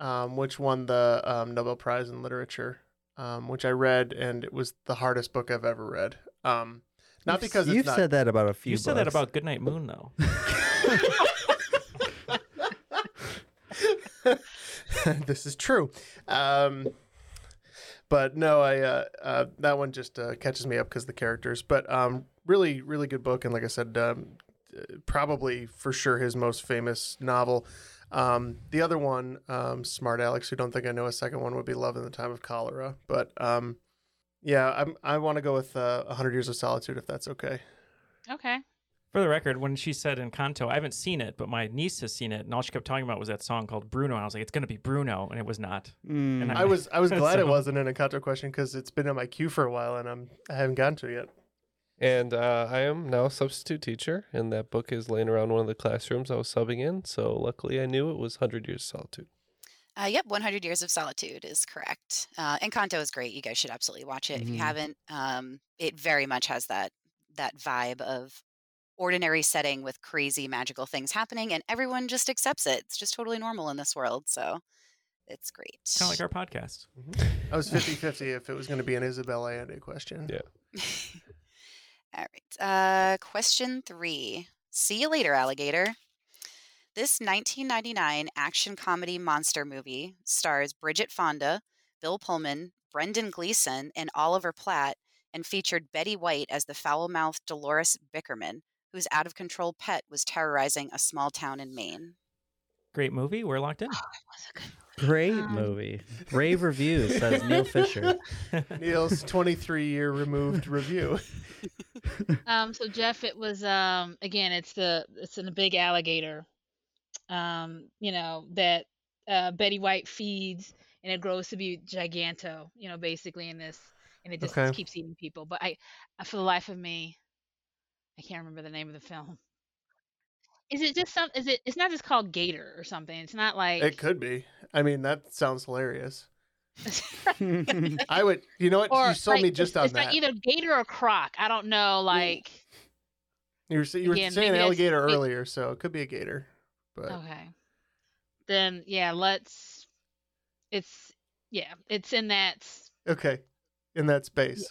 um, which won the um, Nobel Prize in Literature, um, which I read, and it was the hardest book I've ever read. Um, not You've- because it's you've not- said that about a few. You said that books. about Goodnight Moon though. this is true. Um, but no, I uh, uh, that one just uh, catches me up because the characters. But um, really, really good book, and like I said, um, uh, probably for sure his most famous novel. Um, the other one, um, Smart Alex, who don't think I know a second one, would be Love in the Time of Cholera. But um, yeah, I'm, I want to go with uh, 100 Years of Solitude if that's okay. Okay. For the record, when she said Encanto, I haven't seen it, but my niece has seen it, and all she kept talking about was that song called Bruno. And I was like, it's gonna be Bruno, and it was not. And I was I was glad it so- wasn't an Encanto question because it's been in my queue for a while and I'm I haven't gotten to it yet. And uh, I am now a substitute teacher, and that book is laying around one of the classrooms I was subbing in. So luckily, I knew it was Hundred Years of Solitude. Uh, yep, 100 Years of Solitude is correct. Uh, Encanto is great. You guys should absolutely watch it if Mm-hmm. Mhm. you haven't. Um, it very much has that that vibe of ordinary setting with crazy magical things happening, and everyone just accepts it. It's just totally normal in this world, so it's great. Kind of like our podcast. Mm-hmm. Mm-hmm. I was 50-50 if it was going to be an Isabella Allende question. Yeah. All right. Uh, question three. See you later, alligator. This 1999 action comedy monster movie stars Bridget Fonda, Bill Pullman, Brendan Gleeson, and Oliver Platt, and featured Betty White as the foul mouthed Dolores Bickerman, whose out of control pet was terrorizing a small town in Maine. Great movie. We're locked in. Great movie. Rave reviews says Neil Fisher. Neil's 23 year removed review. Um, so Jeff, it was um again, it's the it's in a big alligator, um, you know that uh, Betty White feeds, and it grows to be giganto, you know, basically in this, and it just Okay. keeps eating people. But I, I, for the life of me, I can't remember the name of the film. Is it just some? Is it? It's not just called Gator or something. It's not like It could be. I mean, that sounds hilarious. I would, you know what? Or you sold like, me just it's, on it's that. not either Gator or Croc. I don't know. Like you were, sa- you were Again, saying maybe Oh. that's- alligator wait. earlier, so it could be a gator. But Okay. Then yeah, let's. It's yeah, it's in that s- okay. In that space.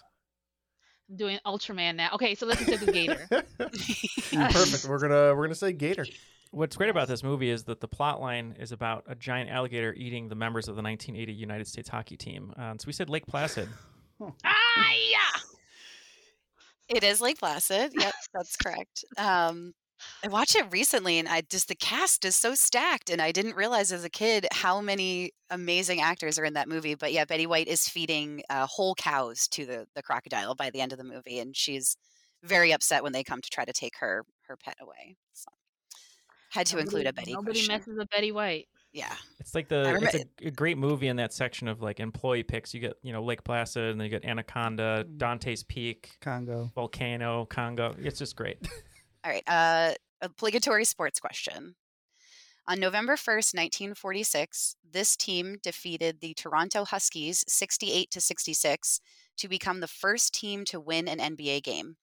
doing Ultraman now. Okay, so let's stick with Gator. Uh, Perfect. We're gonna we're gonna say gator. What's great about this movie is that the plot line is about a giant alligator eating the members of the 1980 United States hockey team. Um, so we said Lake Placid. ah, yeah. It is Lake Placid. Yep, that's correct. Um, I watched it recently, and I just the cast is so stacked, and I didn't realize as a kid how many amazing actors are in that movie. But yeah, Betty White is feeding uh, whole cows to the the crocodile by the end of the movie, and she's very upset when they come to try to take her her pet away. So, had to include a Nobody- Betty Nobody question. messes with Betty White. yeah. It's like I the remember it's a, a great movie in that section of like employee picks. You get you know Lake Placid, and then you get Anaconda, Mm. Dante's Peak, Congo, Volcano, Congo. It's just great. All right. Uh, obligatory sports question. On November 1st, 1946, this team defeated the Toronto Huskies 68 to 66 to become the first team to win an NBA game.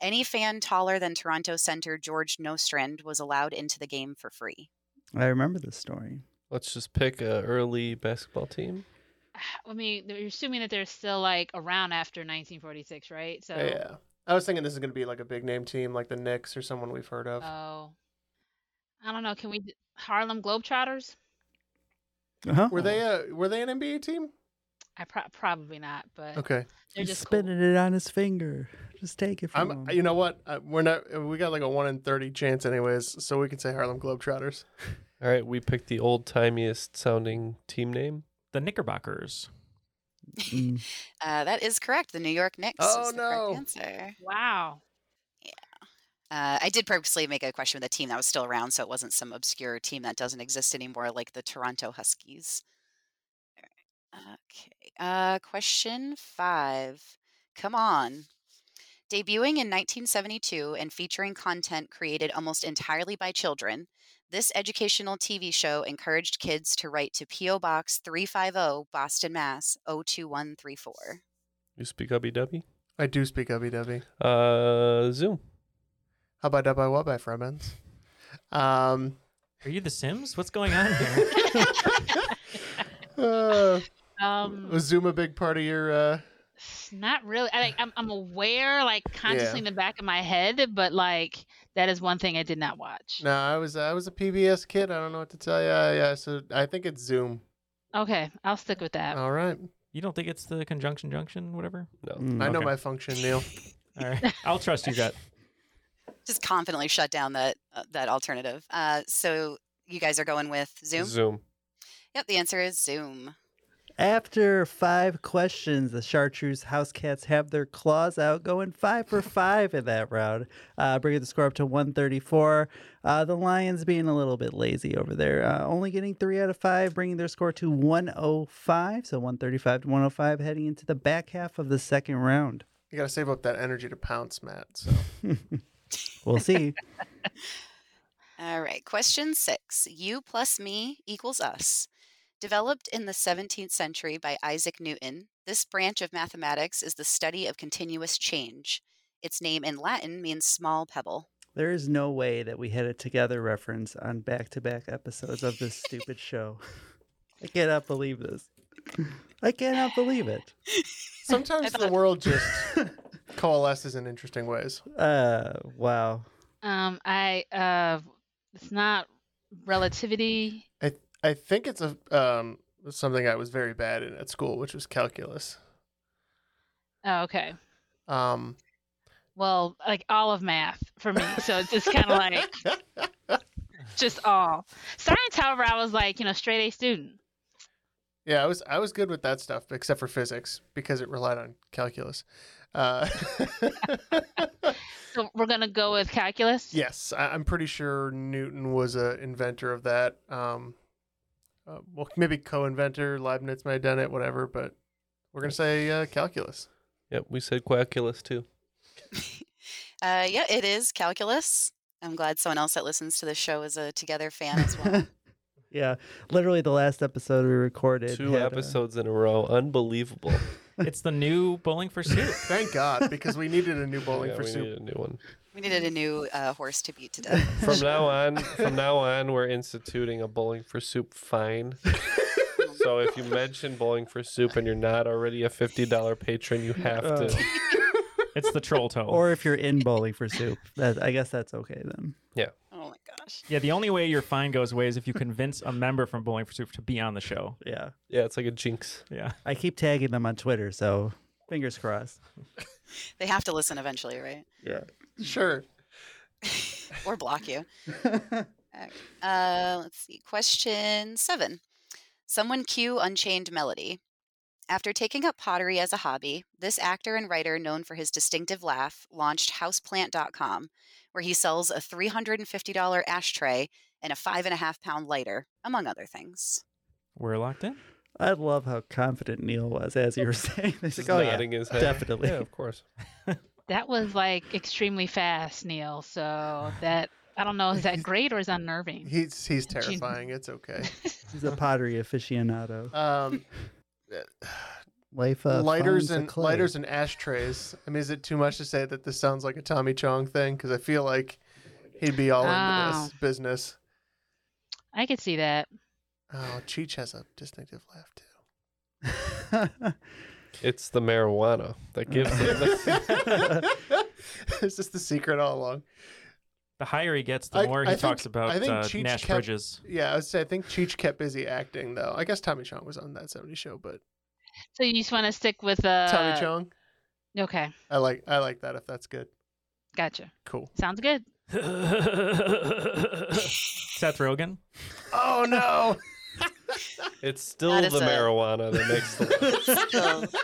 Any fan taller than Toronto center George Nostrand was allowed into the game for free. I remember this story. Let's just pick a early basketball team. I mean, you're assuming that they're still like around after 1946, right? So Yeah. I was thinking this is gonna be like a big name team, like the Knicks or someone we've heard of. Oh. I don't know. Can we d- Harlem Globetrotters? Uh-huh. Were they uh, a were they an NBA team? I pro- probably not, but Okay. they're He's just cool. spinning it on his finger. Just take it from I'm. him. You know what? Uh, We're not. We got like a one in thirty chance, anyways. So we can say Harlem Globetrotters. All right, we picked the old timiest sounding team name, the Knickerbockers. Mm. Uh, that is correct. The New York Knicks Oh, is the correct no. answer. Wow. Uh, I did purposely make a question with a team that was still around, so it wasn't some obscure team that doesn't exist anymore, like the Toronto Huskies. Okay. Uh, question five. Come on. Debuting in 1972 and featuring content created almost entirely by children, this educational TV show encouraged kids to write to P.O. Box 350, Boston, Mass. 02134. You speak Ubby Dubby? I do speak Ubby Dubby. Uh, Zoom. How about Dubby What by Fremens? Um, Are you The Sims? What's going on here? uh, Um, was Zoom a big part of your? Uh, It's Not really. I, like, I'm, I'm aware, like consciously in the back of my head, but like that is one thing I did not watch. no, I was. I was a PBS kid. I don't know what to tell you. Yeah, so I think it's Zoom. Okay, I'll stick with that. All right. You don't think it's the conjunction junction, whatever? No. I know Okay. my function, Neil. All right. I'll trust you, gut. Just confidently shut down that, uh, that alternative. Uh, so you guys are going with Zoom? Zoom. Yep, the answer is Zoom. After five questions, the chartreuse house cats have their claws out, going five for five in that round, uh, bringing the score up to 134. Uh, the lions being a little bit lazy over there, uh, only getting three out of five, bringing their score to 105. So 135 to 105, heading into the back half of the second round. You gotta save up that energy to pounce, Matt. So We'll see. All right. Question six You plus me equals us. Developed in the 17th century by Isaac Newton, this branch of mathematics is the study of continuous change. Its name in Latin means small pebble. there is no way that we had a together reference on back to back episodes of this stupid show. I cannot believe this. I cannot believe it. sometimes the world just coalesces in interesting ways. Uh, wow. Um, I uh, it's not relativity. I I think it's a um something I was very bad in at school, which was calculus. Oh, okay. Um, Well, like all of math for me, so it's just kind of like just all science. However, I was like you know straight A student. yeah, I was I was good with that stuff except for physics because it relied on calculus. Uh, So we're gonna go with calculus. yes, I, I'm pretty sure Newton was a inventor of that. Um, uh, well, maybe co-inventor. Leibniz may have done it, whatever. But we're gonna say uh, calculus. Yep, we said Quackulus too. Uh, yeah, it is calculus. I'm glad someone else that listens to the show is a together fan as well. Yeah, literally the last episode we recorded. Two had, uh, episodes in a row. Unbelievable. It's the new Bowling for Soup. Thank God, Uh, because we needed a new bowling Yeah, for we soup. need a new one. we needed a new uh, horse to beat to death. From now on, from now on, we're instituting a bowling for soup fine. so if you mention bowling for soup and you're not already a fifty dollar patron, you have to. It's the troll toe. or if you're in bowling for soup, that, I guess that's okay then. Yeah. Oh my gosh. Yeah, the only way your fine goes away is if you convince a member from Bowling for Soup to be on the show. Yeah. Yeah, it's like a jinx. Yeah. I keep tagging them on Twitter, so fingers crossed. They have to listen eventually, right? Yeah. Sure. or block you. Okay, uh, let's see. Question seven. Someone cue Unchained Melody. After taking up pottery as a hobby, this actor and writer, known for his distinctive laugh, launched houseplant.com, where he sells a $350 ashtray and a five and a half pound lighter, among other things. We're locked in. I love how confident Neil was as you were saying this. Like, oh, yeah, nodding his head. definitely. Yeah, of course. That was like extremely fast, Neil. So that I don't know is that great or is that unnerving? He's he's terrifying. It's okay. He's a pottery aficionado. Um, Life uh, lighters finds a and clay. lighters and ashtrays. I mean, is it too much to say that this sounds like a Tommy Chong thing? Because I feel like he'd be all into this Oh. business. I could see that. Oh, Cheech has a distinctive laugh too. It's the marijuana that gives it. it's just the secret all along. The higher he gets, the I- more I he think- talks about I think uh, Cheech Nash kept- Bridges. Yeah, I would say I think Cheech kept busy acting though. I guess Tommy Chong was on that 70s show, but So you just want to stick with uh, Tommy Chong. Okay, I like I like that if that's good. gotcha. Cool. Sounds good. Seth Rogen. Oh no. It's still That is the a- marijuana that makes the. Still,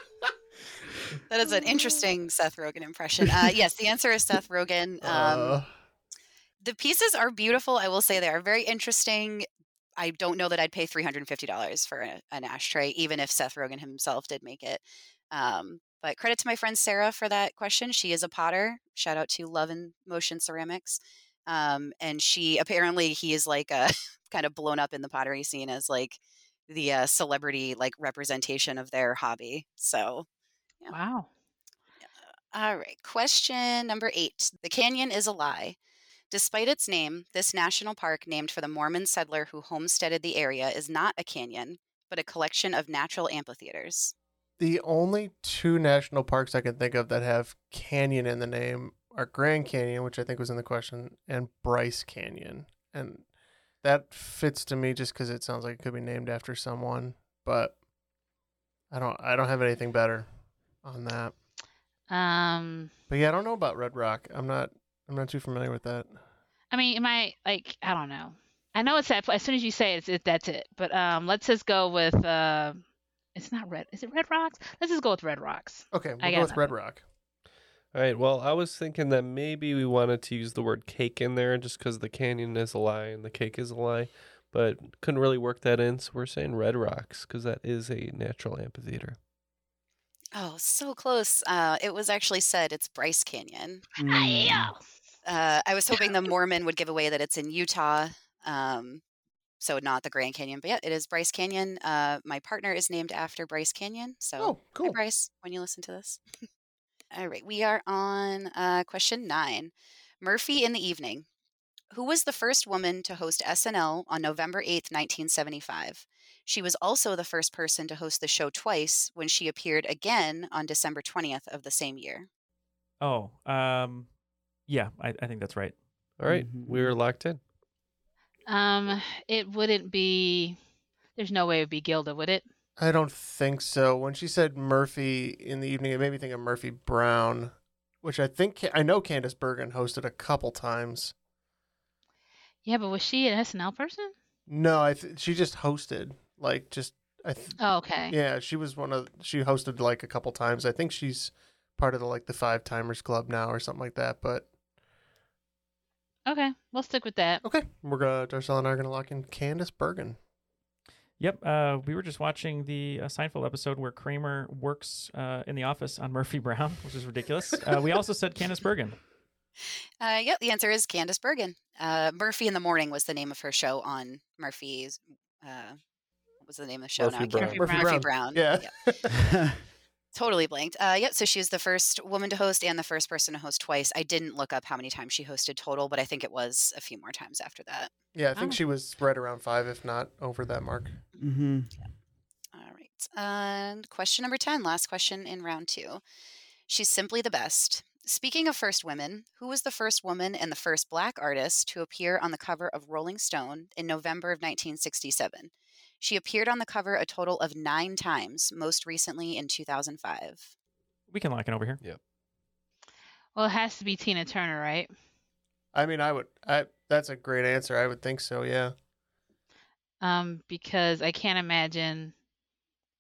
That is an interesting Seth Rogen impression. Uh, yes, the answer is Seth Rogen. Um, Uh. The pieces are beautiful. I will say they are very interesting. I don't know that I'd pay three hundred and fifty dollars for a, an ashtray, even if Seth Rogen himself did make it. Um, but credit to my friend Sarah for that question. She is a potter. Shout out to Love and Motion Ceramics. Um, and she apparently he is like a kind of blown up in the pottery scene as like the uh, celebrity like representation of their hobby. So Wow. all right, question number eight. The canyon is a lie. Despite its name, this national park, named for the Mormon settler who homesteaded the area, is not a canyon, but a collection of natural amphitheaters. The only two national parks I can think of that have canyon in the name are Grand Canyon, which I think was in the question, and Bryce Canyon. And that fits to me just because it sounds like it could be named after someone, but I don't I don't have anything better on that. Um, But yeah, I don't know about Red Rock. I'm not I'm not too familiar with that. I mean, am I like I don't know. I know it's that. As soon as you say it, it's, it that's it. But um, let's just go with uh, it's not red. Is it Red Rocks? Let's just go with Red Rocks. Okay, I we'll go got with Red nothing. Rock. All right. Well, I was thinking that maybe we wanted to use the word cake in there just because the canyon is a lie and the cake is a lie, but couldn't really work that in. So we're saying Red Rocks because that is a natural amphitheater. Oh, so close. Uh, it was actually said it's Bryce Canyon. Uh, I was hoping the Mormon would give away that it's in Utah, um, so not the Grand Canyon, but yeah, it is Bryce Canyon. Uh, my partner is named after Bryce Canyon, so cool. Bryce, when you listen to this. All right, we are on uh, question nine. Murphy in the evening. Who was the first woman to host SNL on November 8th, 1975? She was also the first person to host the show twice when she appeared again on December 20th of the same year. Oh, um, yeah, I, I think that's right. All right, Mm-hmm. We were locked in. Um, it wouldn't be. There's no way it would be Gilda, would it? I don't think so. When she said Murphy in the evening, it made me think of Murphy Brown, which I think I know Candace Bergen hosted a couple times. Yeah, but was she an SNL person? No, I th- she just hosted like just I th- Oh, okay. yeah she was one of she hosted like a couple times. I think she's part of the like the Five Timers Club now or something like that. But Okay, we'll stick with that. Okay. we're gonna Darcel and I are gonna lock in Candace Bergen. Yep. Uh, we were just watching the uh, Seinfeld episode where Kramer works uh, in the office on Murphy Brown, which is ridiculous. uh, we also said Candice Bergen. Uh, yep, the answer is Candace Bergen. Uh, Murphy in the Morning was the name of her show on Murphy's. Uh, what was the name of the show? now? I Murphy can't Brown. remember. Murphy Murphy Brown. Brown. Yeah. Yep. totally blanked. Uh, yep. So she was the first woman to host and the first person to host twice. I didn't look up how many times she hosted total, but I think it was a few more times after that. Yeah, I think Oh. she was right around five, if not over that mark. Mm-hmm. All right. And question number 10, last question in round two. She's simply the best. Speaking of first women, who was the first woman and the first black artist to appear on the cover of Rolling Stone in November of 1967? She appeared on the cover a total of nine times, most recently in 2005. We can lock in over here. Yep. Well, it has to be Tina Turner, right? I mean, I would. I that's a great answer. I would think so. Yeah. Um, because I can't imagine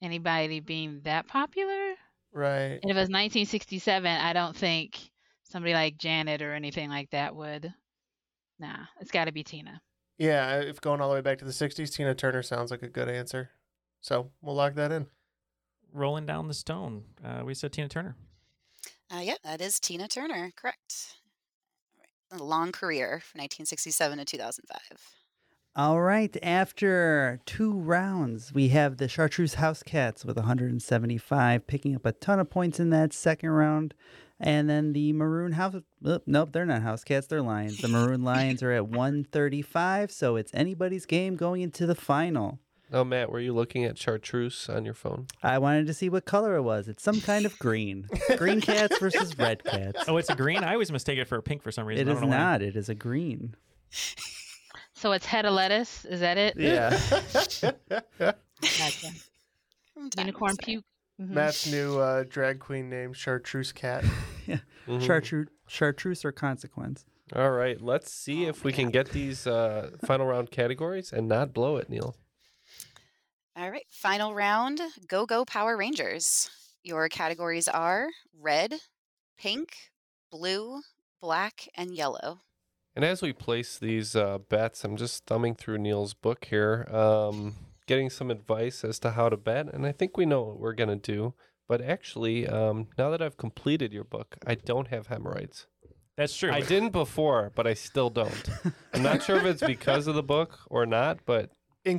anybody being that popular. Right. And if it was 1967, I don't think somebody like Janet or anything like that would. Nah, it's got to be Tina. Yeah, if going all the way back to the 60s, Tina Turner sounds like a good answer. So we'll lock that in. Rolling down the stone. Uh, we said Tina Turner. Uh, yeah, that is Tina Turner, correct. All right. A long career from 1967 to 2005. All right. After two rounds, we have the Chartreuse House Cats with 175, picking up a ton of points in that second round. And then the Maroon House. oh, Nope, they're not House Cats, they're Lions. The Maroon Lions are at 135, so it's anybody's game going into the final. Now, Oh, Matt, were you looking at chartreuse on your phone? I wanted to see what color it was. It's some kind of green. green cats versus red cats. Oh, it's a green. I always mistake it for a pink for some reason. It I is don't know why. not. It is a green. So it's head of lettuce. Is that it? Yeah. Gotcha. Unicorn puke. Mhm. Mm-hmm. Matt's new uh, drag queen name, Chartreuse Cat. yeah. Mm-hmm. Chartreuse, chartreuse or consequence. All right, let's see if we can get these uh, final round categories and not blow it, Neil. All right, final round Go Go Power Rangers. Your categories are red, pink, blue, black, and yellow. And as we place these uh, bets, I'm just thumbing through Neil's book here, um, getting some advice as to how to bet. And I think we know what we're going to do. But actually, um, now that I've completed your book, I don't have hemorrhoids. That's true. I didn't before, but I still don't. I'm not sure if it's because of the book or not, but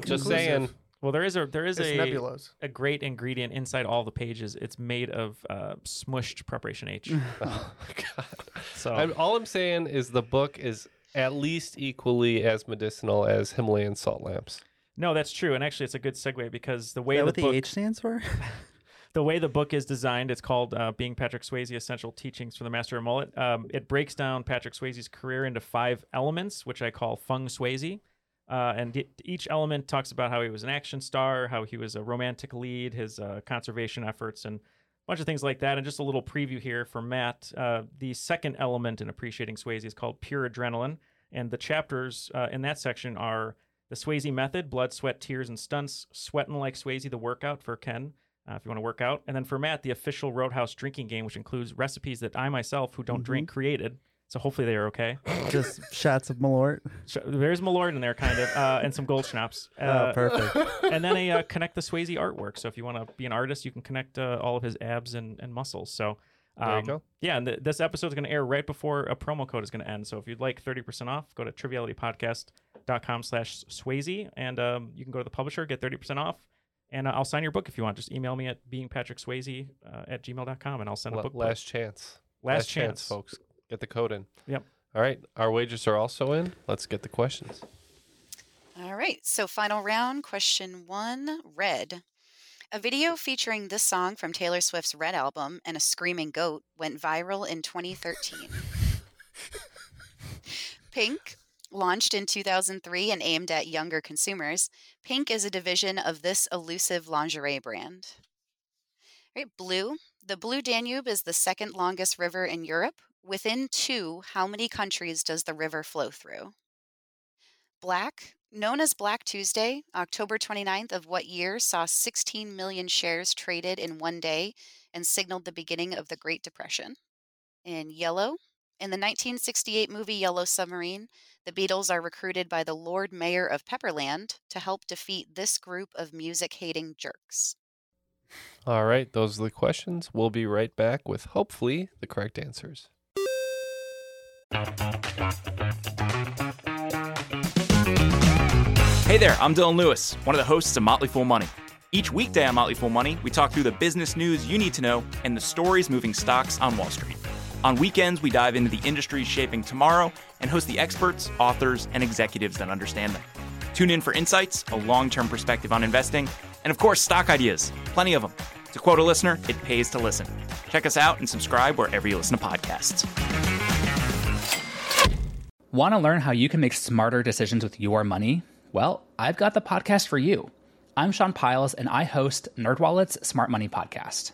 just saying. Well, there is a there is It's a nebulas. a great ingredient inside all the pages. It's made of uh, smushed preparation H. oh my god! So I'm, all I'm saying is the book is at least equally as medicinal as Himalayan salt lamps. no, that's true. And actually, it's a good segue because the way that the what the book, H stands for? the way the book is designed, it's called uh, "Being Patrick Swayze: Essential Teachings from the Master of Mullet." Um, it breaks down Patrick Swayze's career into five elements, which I call Feng Swayze, uh, and e- each element talks about how he was an action star, how he was a romantic lead, his uh, conservation efforts, and a bunch of things like that. And just a little preview here for Matt: uh, the second element in appreciating Swayze is called pure adrenaline, and the chapters uh, in that section are. The Swayze Method, Blood, Sweat, Tears, and Stunts, Sweatin' Like Swayze, the workout for Ken, uh, if you want to work out. And then for Matt, the official Roadhouse drinking game, which includes recipes that I myself, who don't drink, created. So hopefully they are okay. Just shots of Malort. So There's Malort in there, kind of, uh, and some gold schnapps. Oh, Uh, perfect. And then a uh, connect the Swayze artwork. So if you want to be an artist, you can connect uh, all of his abs and, and muscles. So um, There you go. Yeah, and th- this episode is going to air right before a promo code is going to end. So if you'd like 30% off, go to trivialitypodcast.com slash Swayze, and um, you can go to the publisher, get 30% off. And uh, I'll sign your book if you want. Just email me at beingpatrickswayze uh, at gmail.com and I'll send a La- book. last chance. Last chance. folks. Get the code in. Yep. All right. Our wages are also in. Let's get the questions. All right, so final round, question one Red. A video featuring this song from Taylor Swift's Red album and a screaming goat went viral in 2013. Pink, launched in 2003 and aimed at younger consumers, Pink is a division of this elusive lingerie brand. All right, blue. The Blue Danube is the second longest river in Europe. Within two, how many countries does the river flow through? Black, known as Black Tuesday, October 29th of what year saw 16 million shares traded in one day and signaled the beginning of the Great Depression. In yellow, in the 1968 movie Yellow Submarine, the Beatles are recruited by the Lord Mayor of Pepperland to help defeat this group of music hating jerks. All right. Those are the questions. We'll be right back with hopefully the correct answers. Hey there, I'm Dylan Lewis, one of the hosts of Motley Fool Money. Each weekday on Motley Fool Money, we talk through the business news you need to know and the stories moving stocks on Wall Street. On weekends, we dive into the industries shaping tomorrow and host the experts, authors, and executives that understand them. Tune in for insights, a long term perspective on investing, and of course, stock ideas. Plenty of them. To quote a listener, it pays to listen. Check us out and subscribe wherever you listen to podcasts. Want to learn how you can make smarter decisions with your money? Well, I've got the podcast for you. I'm Sean Piles and I host NerdWallet's Smart Money Podcast.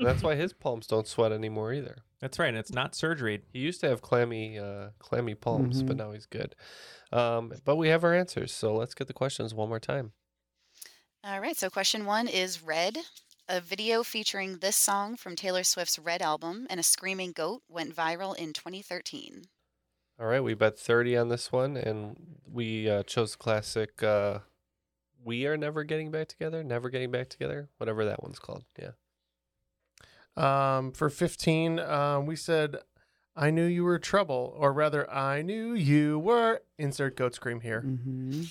That's why his palms don't sweat anymore either. That's right. And it's not surgery. He used to have clammy, uh, clammy palms, but Mhm. now he's good. Um, but we have our answers. So let's get the questions one more time. All right, so question one is Red. A video featuring this song from Taylor Swift's Red album and a screaming goat went viral in 2013. All right, we bet 30 on this one, and we uh, chose the classic uh, We Are Never Getting Back Together, Never Getting Back Together, whatever that one's called. Yeah. Um, for 15, um, we said, I knew you were trouble, or rather, I knew you were. Insert goat scream here. Mm-hmm.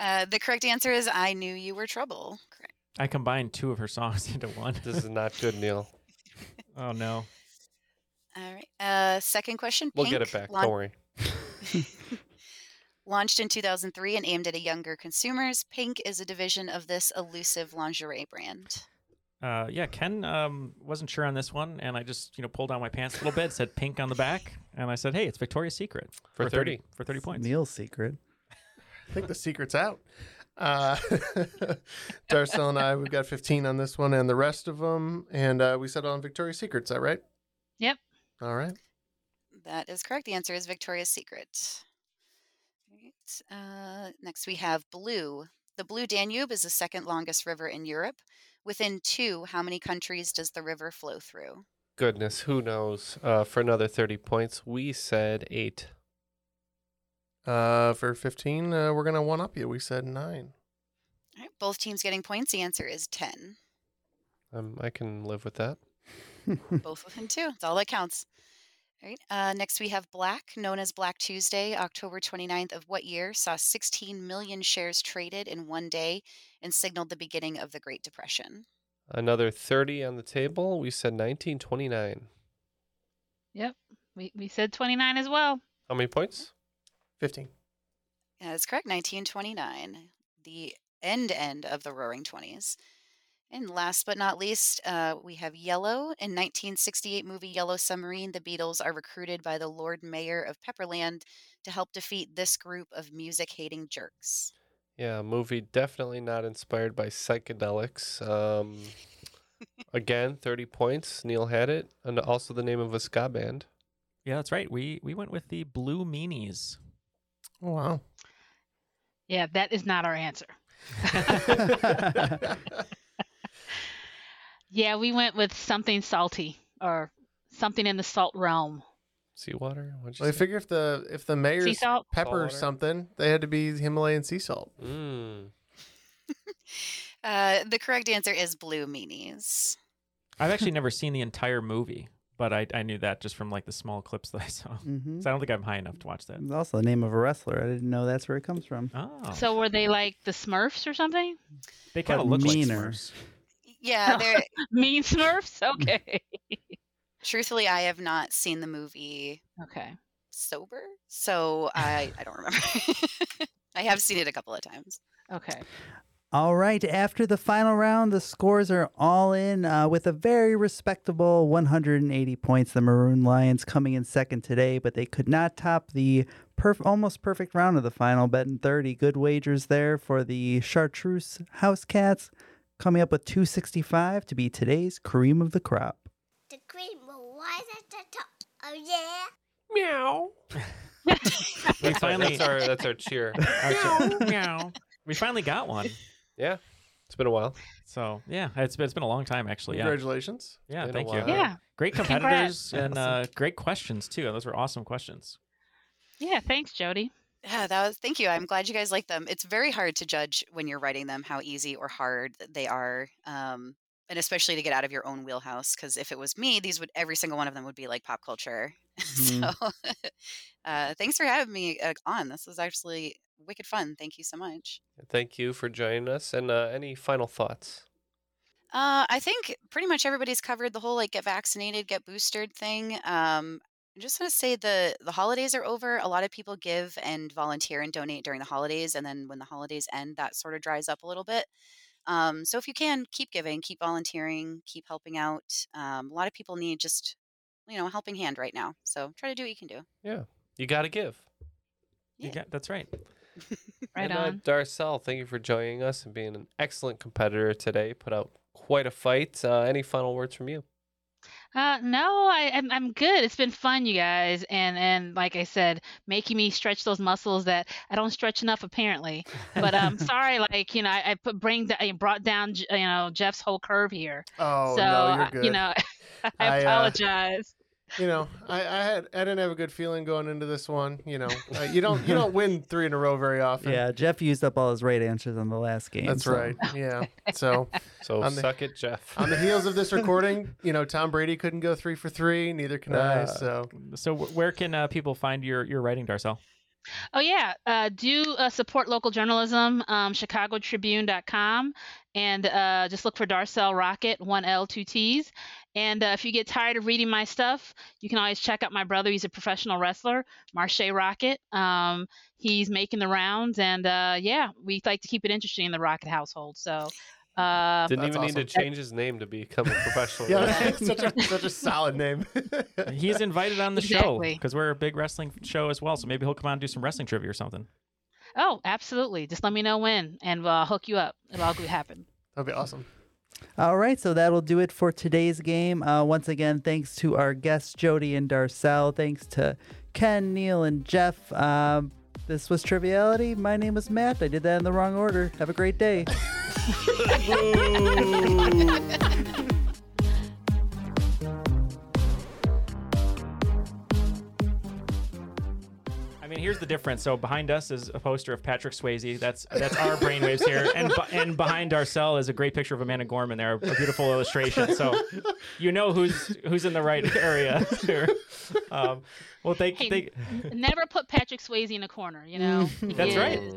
Uh, the correct answer is I knew you were trouble. Correct. I combined two of her songs into one. This is not good, Neil. oh no. All right. Uh, second question. We'll get Pink it back. laun- Don't worry. Launched in 2003 and aimed at a younger consumers, Pink is a division of this elusive lingerie brand. Uh, yeah, Ken um, wasn't sure on this one, and I just you know pulled down my pants a little bit, said pink on the back, and I said, "Hey, it's Victoria's Secret For Or 30. for thirty points." Neil's secret. I think the secret's out. Uh, Darcel and I, we've got 15 on this one and the rest of them. And uh, we settled on Victoria's Secret. Is that right? Yep. All right. That is correct. The answer is Victoria's Secret. Alright, Uh, next, we have Blue. The Blue Danube is the second longest river in Europe. Within two, how many countries does the river flow through? Goodness, who knows? Uh, for another 30 points, we said eight. Uh, for 15, uh, we're going to one up you. We said nine. All right, both teams getting points. The answer is 10. Um, I can live with that. both of them, too. It's all that counts. All right. Uh, next, we have Black, known as Black Tuesday, October 29th of what year saw 16 million shares traded in one day and signaled the beginning of the Great Depression. Another 30 on the table. We said 1929. Yep. We, we said 29 as well. How many points? 15. That is correct. 1929, the end end of the Roaring Twenties. And last but not least, uh, we have Yellow. In 1968 movie Yellow Submarine, the Beatles are recruited by the Lord Mayor of Pepperland to help defeat this group of music hating jerks. Yeah, a movie definitely not inspired by psychedelics. Um, again, 30 points. Neil had it. And also the name of a ska band. Yeah, that's right. We we went with the Blue Meanies. Oh, wow. Yeah, that is not our answer. yeah, we went with something salty or something in the salt realm. Seawater? What'd you Well, I say? figure if the if the mayor's salt? pepper or Saltwater. something, they had to be Himalayan sea salt. Mm. Uh, the correct answer is Blue Meanies. I've actually never seen the entire movie, but I, I knew that just from like the small clips that I saw. Mm-hmm. Mhm. So I don't think I'm high enough to watch that. It's also the name of a wrestler. I didn't know that's where it comes from. Oh, So were they like the Smurfs or something? they kind of But look meaner. like Smurfs. Yeah, they're, mean Smurfs? Okay. truthfully, I have not seen the movie okay. sober, so I, I don't remember. I have seen it a couple of times. Okay. All right, after the final round, the scores are all in uh, with a very respectable 180 points. The Maroon Lions coming in second today, but they could not top the perf- almost perfect round of the final, betting 30. Good wagers there for the Chartreuse House Cats, coming up with 265 to be today's cream of the crop. The cream will rise at the Oh, top. Oh yeah. Meow. We That's our, finally that's our, that's our cheer. Meow, meow. We finally got one. Yeah. It's been a while. So yeah, it's been, it's been a long time actually. Yeah. Congratulations. Yeah, Been a thank you. while. Yeah. Great Congrats. competitors and uh, great questions too. Those were awesome questions. Yeah, thanks, Jody. Yeah, that was thank you. I'm glad you guys like them. It's very hard to judge when you're writing them how easy or hard they are. Um and especially to get out of your own wheelhouse because if it was me these would every single one of them would be like pop culture Mm-hmm. so Mm. uh, thanks for having me uh, on this was actually wicked fun thank you so much Thank you for joining us. And uh, any final thoughts? Uh, I think pretty much everybody's covered the whole like get vaccinated, get boosted thing. Um, I'm just gonna say the the holidays are over. A lot of people give and volunteer and donate during the holidays, and then when the holidays end, that sort of dries up a little bit. Um, so if you can, keep giving, keep volunteering, keep helping out. Um, a lot of people need just you know a helping hand right now. So try to do what you can do. Yeah. You got to give. You got- that's right. Right and, uh, on. Darcel, thank you for joining us and being an excellent competitor today. Put out quite a fight. Uh, any final words from you? Uh, no, I, I'm I'm good. It's been fun, you guys, and and like I said, making me stretch those muscles that I don't stretch enough apparently. But I'm sorry, like you know, I, I put bring the, I brought down J- you know Jeff's whole curve here. Oh, so no, you're I- good. you know, I, I, uh, apologize. you know, I, I had I didn't have a good feeling going into this one. You know, uh, you don't you don't win three in a row very often. Yeah, Jeff used up all his right answers on the last game. That's so- right. Yeah. So, So on the- suck it, Jeff. on the heels of this recording, you know, Tom Brady couldn't go three for three. Neither can I. Uh, So, so wh- where can uh, people find your your writing, Darcel? Oh yeah, uh, do uh, support local journalism. Um, ChicagoTribune.com, and uh, just look for Darcel Rocket, one L, two T's. And uh, if you get tired of reading my stuff, you can always check out my brother. He's a professional wrestler, Marche Rocket. Um, he's making the rounds, and uh, yeah, we like to keep it interesting in the Rocket household. So. Uh, Didn't even need to change his name to become a professional. Yeah, wrestler. such a such a solid name. He's invited on the show Exactly. because we're a big wrestling show as well. So maybe he'll come on and do some wrestling trivia or something. Oh, absolutely. Just let me know when, and we'll hook you up. It'll all happen. That'd be awesome. All right, so that'll do it for today's game. Uh, once again, thanks to our guests, Jody and Darcel. Thanks to Ken, Neil, and Jeff. Um, this was Triviality. My name is Matt. I did that in the wrong order. Have a great day. I mean, here's the difference. So behind us is a poster of Patrick Swayze. That's that's our brainwaves here, and bu- and behind Darcel is a great picture of Amanda Gorman. There, a beautiful illustration. So you know who's who's in the right area. Here. Um, well, thank Hey, thank. n- never put Patrick Swayze in a corner, you know? That's He right. is-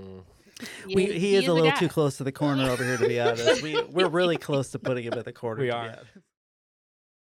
We, he, is, the a little guy. too close to the corner over here, to be honest. We, we're really close to putting him at the corner. We to be are. honest.